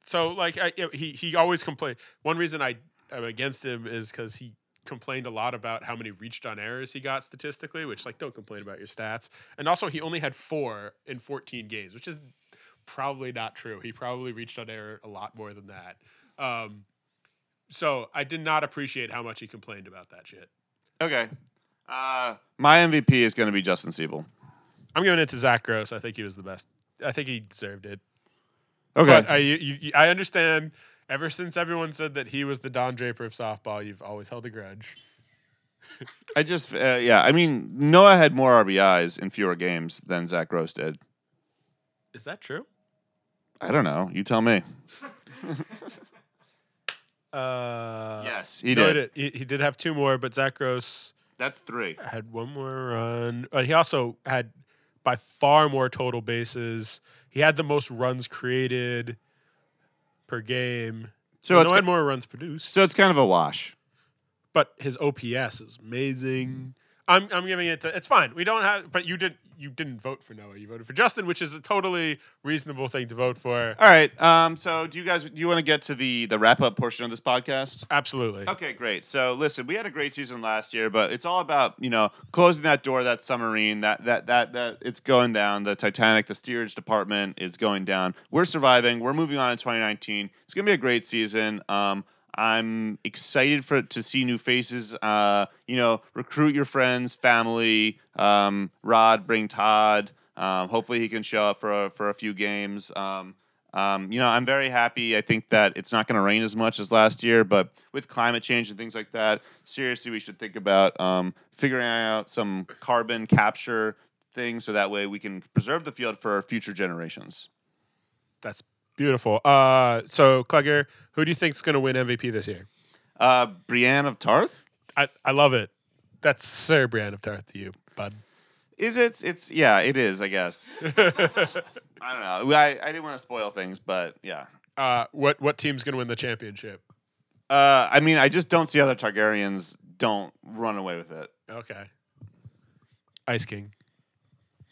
S5: so like I, yeah, he he always complained one reason i am against him is because he complained a lot about how many reached on errors he got statistically which like don't complain about your stats and also he only had four in 14 games which is probably not true he probably reached on error a lot more than that um so i did not appreciate how much he complained about that shit
S4: okay uh my mvp is going to be justin siebel
S5: i'm giving it to zach gross i think he was the best i think he deserved it
S4: okay
S5: But I, you, you, I understand. Ever since everyone said that he was the Don Draper of softball, you've always held a grudge.
S4: I just, uh, yeah. I mean, Noah had more RBIs in fewer games than Zach Gross did.
S5: Is that true?
S4: I don't know. You tell me.
S5: Uh,
S4: yes, he
S5: no,
S4: did.
S5: He, he did have two more, but Zach Gross
S4: That's three.
S5: had one more run. But he also had by far more total bases. He had the most runs created per game.
S4: So
S5: So
S4: it's
S5: no, had
S4: ki-
S5: more runs produced.
S4: So it's kind of a wash.
S5: but his OPS is
S4: Mm-hmm.
S5: amazing. I'm I'm giving it to it's fine. We don't have but you didn't you didn't vote for Noah. You voted for Justin, which is a totally reasonable thing to vote for.
S4: All right. Um. So do you guys do you want to get to the the wrap up portion of this podcast?
S5: Absolutely.
S4: Okay, great. So listen, we had a great season last year, but it's all about you know closing that door, that submarine, that that that that it's going down. The Titanic, the steerage department is going down. We're surviving. We're moving on in 2019. It's gonna be a great season. Um, I'm excited for to see new faces. Uh, you know, recruit your friends, family. Um, Rod, bring Todd. Um, hopefully he can show up for a, for a few games. Um, um, you know, I'm very happy. I think that it's not going to rain as much as last year, but with climate change and things like that, seriously, we should think about um, figuring out some carbon capture thing so that way we can preserve the field for future generations.
S5: That's beautiful. Uh so Clugger, who do you think's gonna win MVP this year?
S4: Uh, Brienne of Tarth?
S5: I, I love it. That's Sir Brian of Tarth to you, bud.
S4: Is it? It's yeah, it is. I guess. I don't know. I, I didn't want to spoil things, but yeah.
S5: Uh what what team's gonna win the championship?
S4: Uh, I mean, I just don't see other Targaryens don't run away with it.
S5: Okay. Ice King.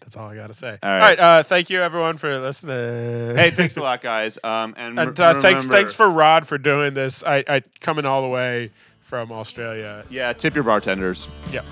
S5: That's all I gotta say.
S4: All
S5: all
S4: right.
S5: right uh, thank you everyone for listening.
S4: Hey, thanks a lot, guys. Um, and,
S5: And
S4: re-
S5: uh, thanks,
S4: remember-
S5: thanks for Rod for doing this. I, I coming all the way from Australia.
S4: yeah. Tip your bartenders.
S5: Yep.